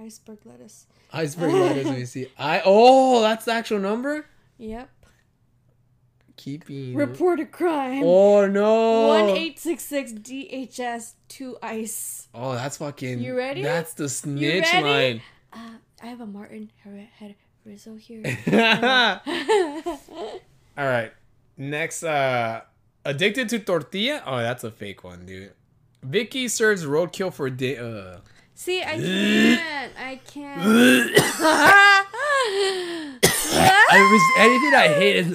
iceberg lettuce. Iceberg letters. let me see. I oh, that's the actual number. Yep. Keeping. Report a crime. Oh no. One eight six six DHS two ice. Oh, that's fucking. You ready? That's the snitch ready? line. Uh, I have a Martin Her- Her- Rizzo here. All right. Next, uh, addicted to tortilla. Oh, that's a fake one, dude. Vicky serves roadkill for day. Uh. See, I can't. I can't. I was anything I hate is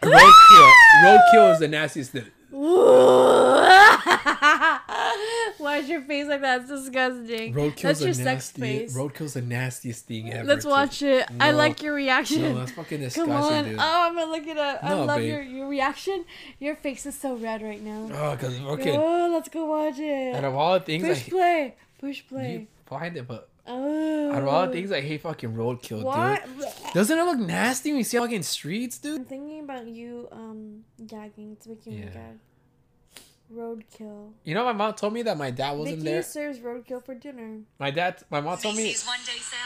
roadkill. roadkill is the nastiest thing. Why is your face like that? It's disgusting. Roadkill's That's the your sex nastiest. face. Roadkill's the nastiest thing ever. Let's dude. watch it. I No. like your reaction. No, that's fucking Come disgusting, on. dude. Oh, I'm gonna look it up. I No, love babe. your, your reaction. Your face is so red right now. Oh, cause roadkill. Oh, let's go watch Out it. of all the things Push I play. Push you play. find it, but Oh. out of all the things I hate, fucking roadkill, What? dude. Doesn't it look nasty when you see it fucking streets, dude? I'm thinking about you um gagging. It's making me Yeah. gag. Roadkill. You know, my mom told me that my dad wasn't Vicky there. serves roadkill for dinner. My dad, my mom told me,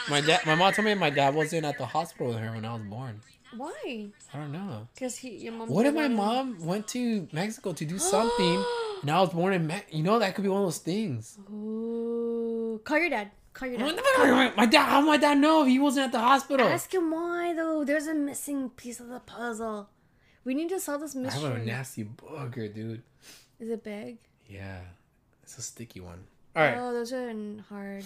my dad, my mom told me my dad wasn't at the hospital with her when I was born. Why? I don't know. Because he, your mom. What if said my that- mom went to Mexico to do something and I was born in Mexico? You know, that could be one of those things. Ooh, call your dad. Call your dad. My dad, how my dad know if he wasn't at the hospital? Ask him why though. There's a missing piece of the puzzle. We need to solve this I have a mystery. nasty booger, dude. Is it big? Yeah, it's a sticky one. All right, Oh, those are n- hard.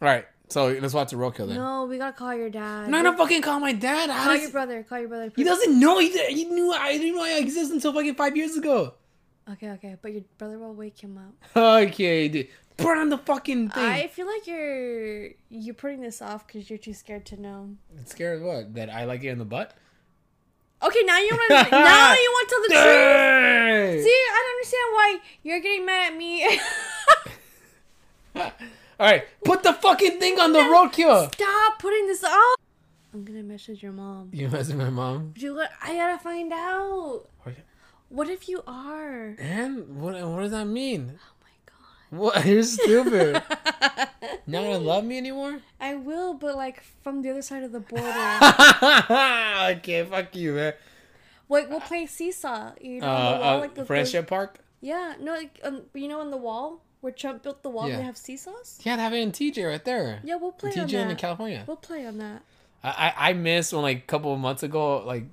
all right. So let's watch the roll kill then. No, we gotta call your dad. I'm not gonna fucking call my dad. How Call does- your brother. Call your brother. He doesn't know. He, he knew I didn't know I existed until fucking five years ago. Okay, okay, but your brother will wake him up. Okay, dude. Put on the fucking thing. I feel like you're you're putting this off because you're too scared to know. scared of what? That I like it in the butt? Okay, now you want to now you want to tell the truth. Dang! See, I don't understand why you're getting mad at me. All right, put the fucking thing on the roadkill. Stop putting this off. I'm gonna message your mom. You messing my mom? You, got- I gotta find out. What? What if you are? And what? What does that mean? Oh my What? You're stupid. god. Not gonna love me anymore? I will, but like from the other side of the border. okay, fuck you, man. Like we'll play seesaw. You Uh, know, on the wall, uh, like the friendship park. the- yeah, no, like um, you know, on the wall where Trump built the wall, Yeah. they have seesaws. Yeah, have it in TJ right there. Yeah, we'll play on TJ that. in California. We'll play on that. I, I I missed when like a couple of months ago, like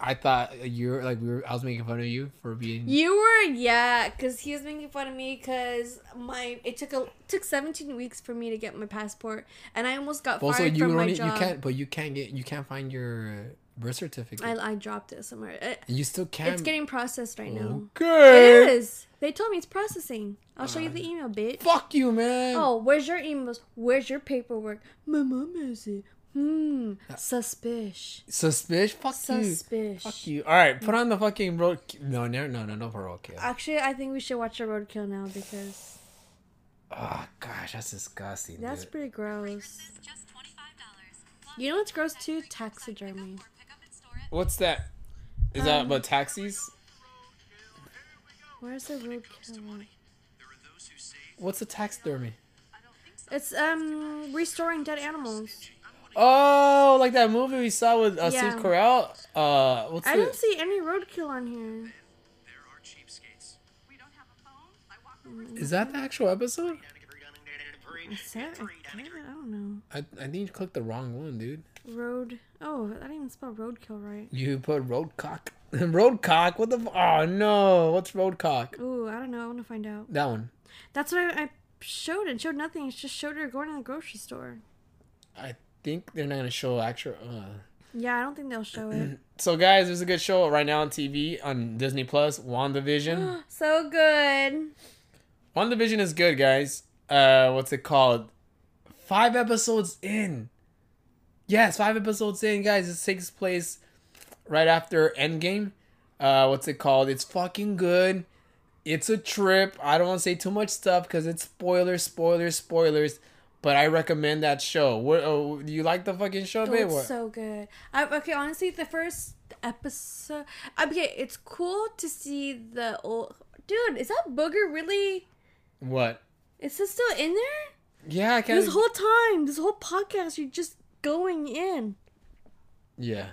I thought you were like we were I was making fun of you for being You were yeah, cause he was making fun of me, cause my it took a took seventeen weeks for me to get my passport, and I almost got also fired you from my only, you job. can't but you can't get you can't find your uh, birth certificate. I I dropped it somewhere. It, you still can't it's getting processed right now. Okay. It is. They told me it's processing. I'll show you the email, bitch. Fuck you, man. Oh, where's your emails? Where's your paperwork? My mom has it. Hmm. Suspish. Suspish? Fuck you. Suspish. Fuck you. Alright, put on the fucking road no no no no no for roadkill. Actually, I think we should watch a roadkill now because oh gosh, that's disgusting. that's dude. pretty gross. You know what's gross too? Taxidermy. What's that? Is Um, that about taxis? Where's the roadkill? What's a taxidermy? It's um restoring dead animals. Oh, like that movie we saw with uh, Yeah. Steve Carell. Uh, what's I it? don't see any roadkill on here. Is that the actual episode? Is that? I don't know. I, I think you clicked the wrong one, dude. Road. Oh, I didn't even spell roadkill right. You put roadcock. roadcock? What the? F- oh no! What's roadcock? Ooh, I don't know. I want to find out. That one. That's what I, I showed. It showed nothing. It just showed her going to the grocery store. I think they're not gonna show actual. Uh. Yeah, I don't think they'll show it. So guys, there's a good show right now on TV on Disney Plus. Wandavision. so good. Wandavision is good, guys. Uh, what's it called? Five episodes in. Yes, five episodes in, guys. This takes place right after Endgame. Uh, what's it called? It's fucking good. It's a trip. I don't want to say too much stuff because it's spoilers, spoilers, spoilers. But I recommend that show. What? Oh, you like the fucking show, Oh, babe? it's What? so good. I, okay, honestly, the first episode. Okay, it's cool to see the old dude. Is that booger really? what? Is this still in there? Yeah, I can't. This whole time, this whole podcast, you're just going in. yeah,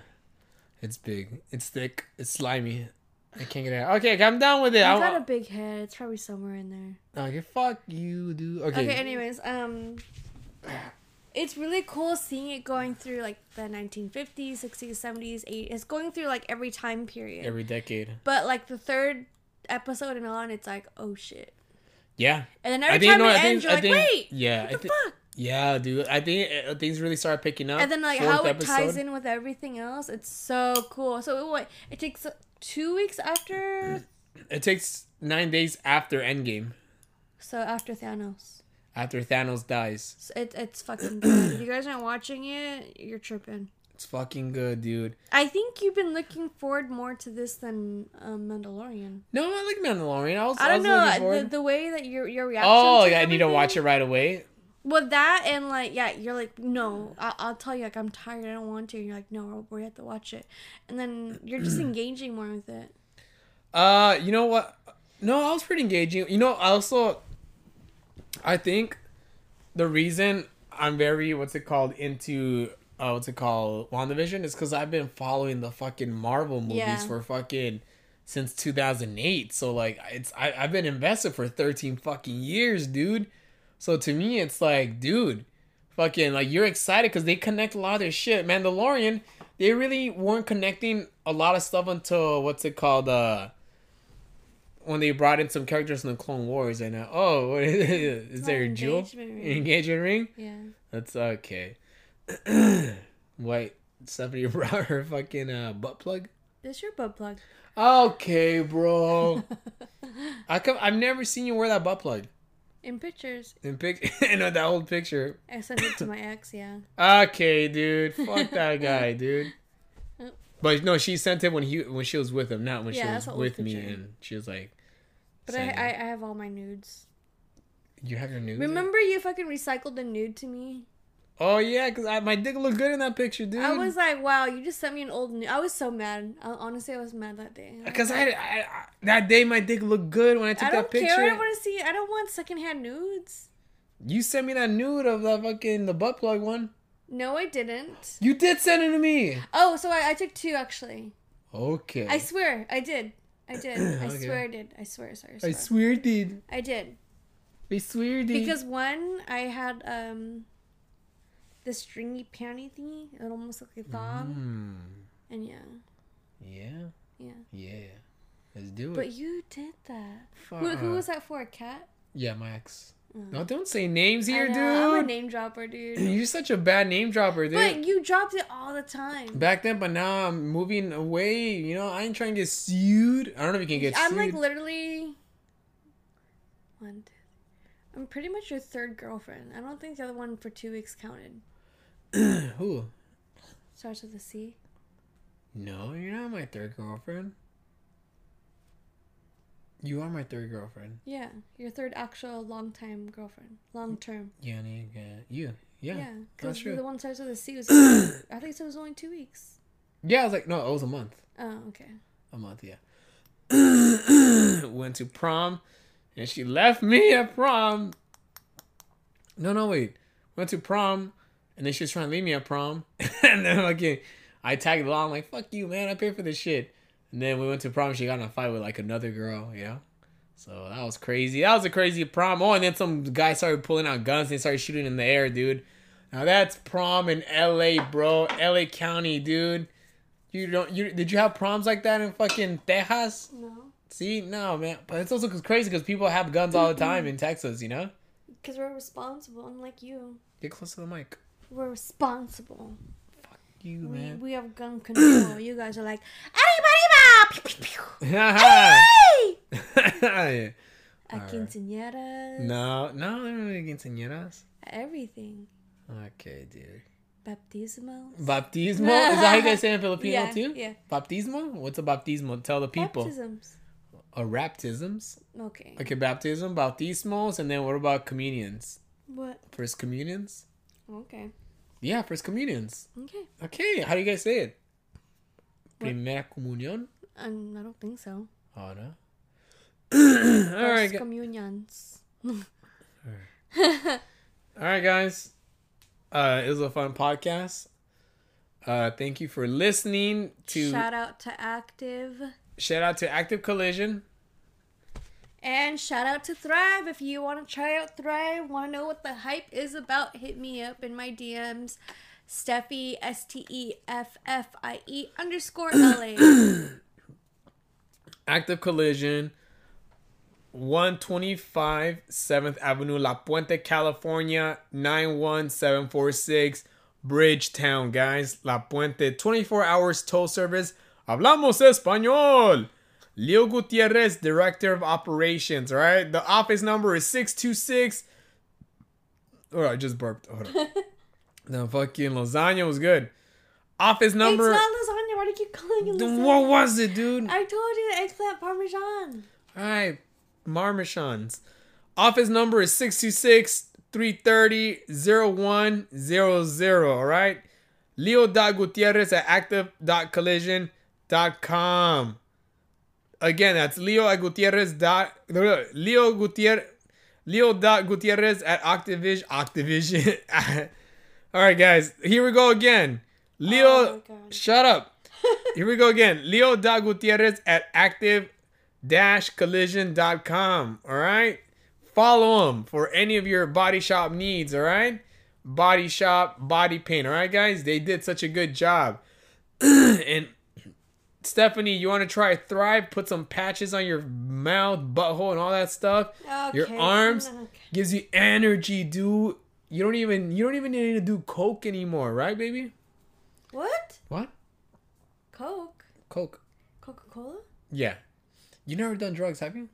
it's big. It's thick. It's slimy. I can't get it out. Okay, I'm done with it. You I- got a big head. It's probably somewhere in there. Okay, fuck you, dude. Okay. Okay, anyways, um it's really cool seeing it going through like the 1950s, 60s, 70s, 80s. It's going through like every time period. Every decade. but like the third episode and on, it's like, oh shit. Yeah. And then every think- time no, it I think- ends, you're I like, think- wait, yeah, what I the think- fuck? Yeah, dude. I think uh, things really started picking up. And then like Fourth how it ties episode. in with everything else, it's so cool. So it, what, it takes uh, two weeks Mm. after, It takes nine days after Endgame, so after Thanos. after Thanos dies. So it, it's fucking good. if you guys aren't watching it, you're tripping. It's fucking good, dude. I think you've been looking forward more to this than um, Mandalorian. No, I like Mandalorian. I was. I don't was looking know forward- the, the way that your your reaction. oh, to yeah, I need to everything- watch it right away. Well, that and like yeah, you're like no, I, I'll tell you like I'm tired, I don't want to. And you're like no, we have to watch it, and then you're just engaging more with it. Uh, you know what? No, I was pretty engaging. You know, I also, I think, the reason I'm very what's it called into uh, what's it called WandaVision is because I've been following the fucking Marvel movies Yeah. for fucking since 2008. So like, it's I, I've been invested for 13 fucking years, dude. So to me, it's like, dude, fucking like you're excited because they connect a lot of their shit. Mandalorian, they really weren't connecting a lot of stuff until what's it called? Uh, when they brought in some characters from the Clone Wars, and uh, oh, what is, it? is there a jewel Engagement ring. engagement ring? Yeah. That's okay. White Stephanie brought her fucking uh, butt plug. This your butt plug. Okay, bro. I come. I've never seen you wear that butt plug In pictures. in pic. in that old picture. I sent it to my ex, yeah. Okay, dude. Fuck that guy, dude. But no, she sent it when he when she was with him, not when Yeah, that's she an was old with me. picture. And she was like, But I, send I, it. I have all my nudes. "You have your nudes." in? Remember you fucking recycled a nude to me? Oh yeah, cause I, my dick looked good in that picture, dude. I was like, wow, you just sent me an old nude. I was so mad. I, honestly, I was mad that day. I, Cause I, I, I- that day my dick looked good when I took I don't that picture. care. I want to see. I don't want secondhand nudes. You sent me that nude of that fucking the butt plug one. No, I didn't. You did send it to me. Oh, so I, I took two actually. Okay. I swear, I did. I did. I Okay. swear I did. I swear, sorry. I sorry. swear, dude. I did. I swear, dude. Because one, I had um the stringy panty thingy. It almost looked like a thong. Hmm. And yeah, Yeah. yeah. Yeah. Let's do it. But you did that. Fuck. Who, who was that for? A cat? Yeah, my ex. No, don't say names here, Mm. I dude. know, I'm a name dropper, dude. You're such a bad name dropper, dude. But you dropped it all the time. Back then, but now I'm moving away. You know, I ain't trying to get sued. I don't know if you can get I'm sued. like literally one. Two, I'm pretty much your third girlfriend. I don't think the other one for two weeks counted. Who? Starts with a C. No, you're not my third girlfriend. You are my third girlfriend. Yeah, your third actual long time girlfriend, long term. Yeah, nigga. You. Yeah. Yeah, that's because true. the one starts with a C was. I think it was only two weeks. Yeah, I was like, no, it was a month. Oh, okay. A month, yeah. Went to prom and she left me at prom. No, no, wait. Went to prom and then she was trying to leave me at prom. and then, okay, I tagged along, like, fuck you, man. I paid for this shit. And then we went to prom. She got in a fight with like another girl, you know? So that was crazy. That was a crazy prom. Oh, and then some guy started pulling out guns and started shooting in the air, dude. Now that's prom in LA, bro. LA County, dude. You don't you did you have proms like that in fucking Texas? No, See, no man, but it's also crazy because people have guns all the time in Texas. You know, because we're responsible, unlike you. get close to the mic. We're responsible. You We, man. we have gun control. you guys are like, anybody, pew, pew, pew. Hey! no, A quinceañeras, no, they're not against señoras. everything. Okay, dude. Baptismo. Baptismo is that how you guys say in Filipino Yeah, too? yeah. Baptismo? What's a baptismo? Tell the people. Baptisms. A raptisms. Okay. Okay, baptism, bautismos, and then what about communions? What? First communions. Okay. Yeah, first communions. Okay. Okay, how do you guys say it? Primera comunión? Um, I don't think so. Oh no. All all right, gu- Communions. all right, guys. Uh, it was a fun podcast. Uh, thank you for listening to. Shout Shout out, out to Active. to Active Collision. And shout out to Thrive. If you want to try out Thrive, want to know what the hype is about, hit me up in my DMs. Steffi, S T E F F I E underscore L A. Active Collision. 125 7th Avenue, La Puente, California, 91746, Bridgetown, guys. La Puente, 24 hours toll service. Hablamos español. Leo Gutierrez, Director of Operations, all right? The office number is 626. Oh, I just burped. Hold on. no, fucking lasagna was good. Office It's number. not lasagna. Why do you keep calling it lasagna? what was it, dude? I told you the eggplant parmesan. All right, Marmashans. Office number is 626 330 0100. All right. Leo.gutierrez at active.collision.com. Again, that's Leo at Gutierrez. Dot, Leo Gutierrez. Leo dot Gutierrez at Octavision. Octavision. All right, guys. Here we go again. Leo, Oh my God. shut up. Here we go again. Leo dot Gutierrez at active dash collision.com. All right. Follow them for any of your body shop needs. All right. Body shop, body paint. All right, guys. They did such a good job. and Stephanie, you want to try Thrive? Put some patches on your mouth, butthole, and all that stuff. Your Okay, arms okay. gives you energy, dude. You don't even you don't even need to do coke anymore, right, baby? What? What Coke? coke? Coca Cola? Yeah. You never done drugs, have you?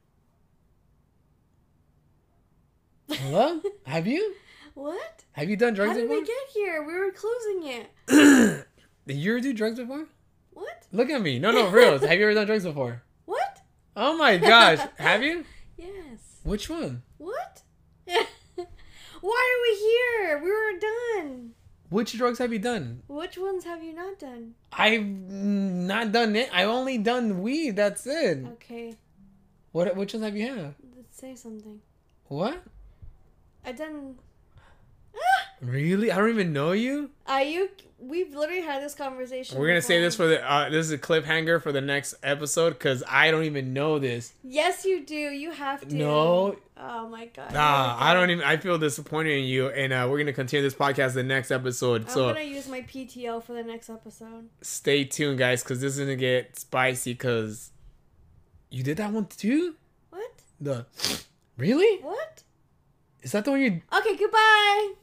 Hello? have you? What? Have you done drugs How did before? we get here? We were closing it. did you ever do drugs before? What? Look at me. No, no, for real. have you ever done drugs before? What? Oh my gosh. have you? Yes. Which one? What? Why are we here? We were done. Which drugs have you done? Which ones have you not done? I've not done it. I've only done weed. That's it. Okay, What? Which ones have you had? let's say something. What? I done. Really? I don't even know you. Are you? We've literally had this conversation. We're gonna save this before. for the. Uh, this is a cliffhanger for the next episode because I don't even know this. Yes, you do. You have to. No. Oh my god. Nah, Okay. I don't even. I feel disappointed in you, and uh, we're gonna continue this podcast the next episode. I'm so gonna use my PTO for the next episode. stay tuned, guys, because this is gonna get spicy. Because you did that one too. What? The really What? is that the one you Okay. Goodbye.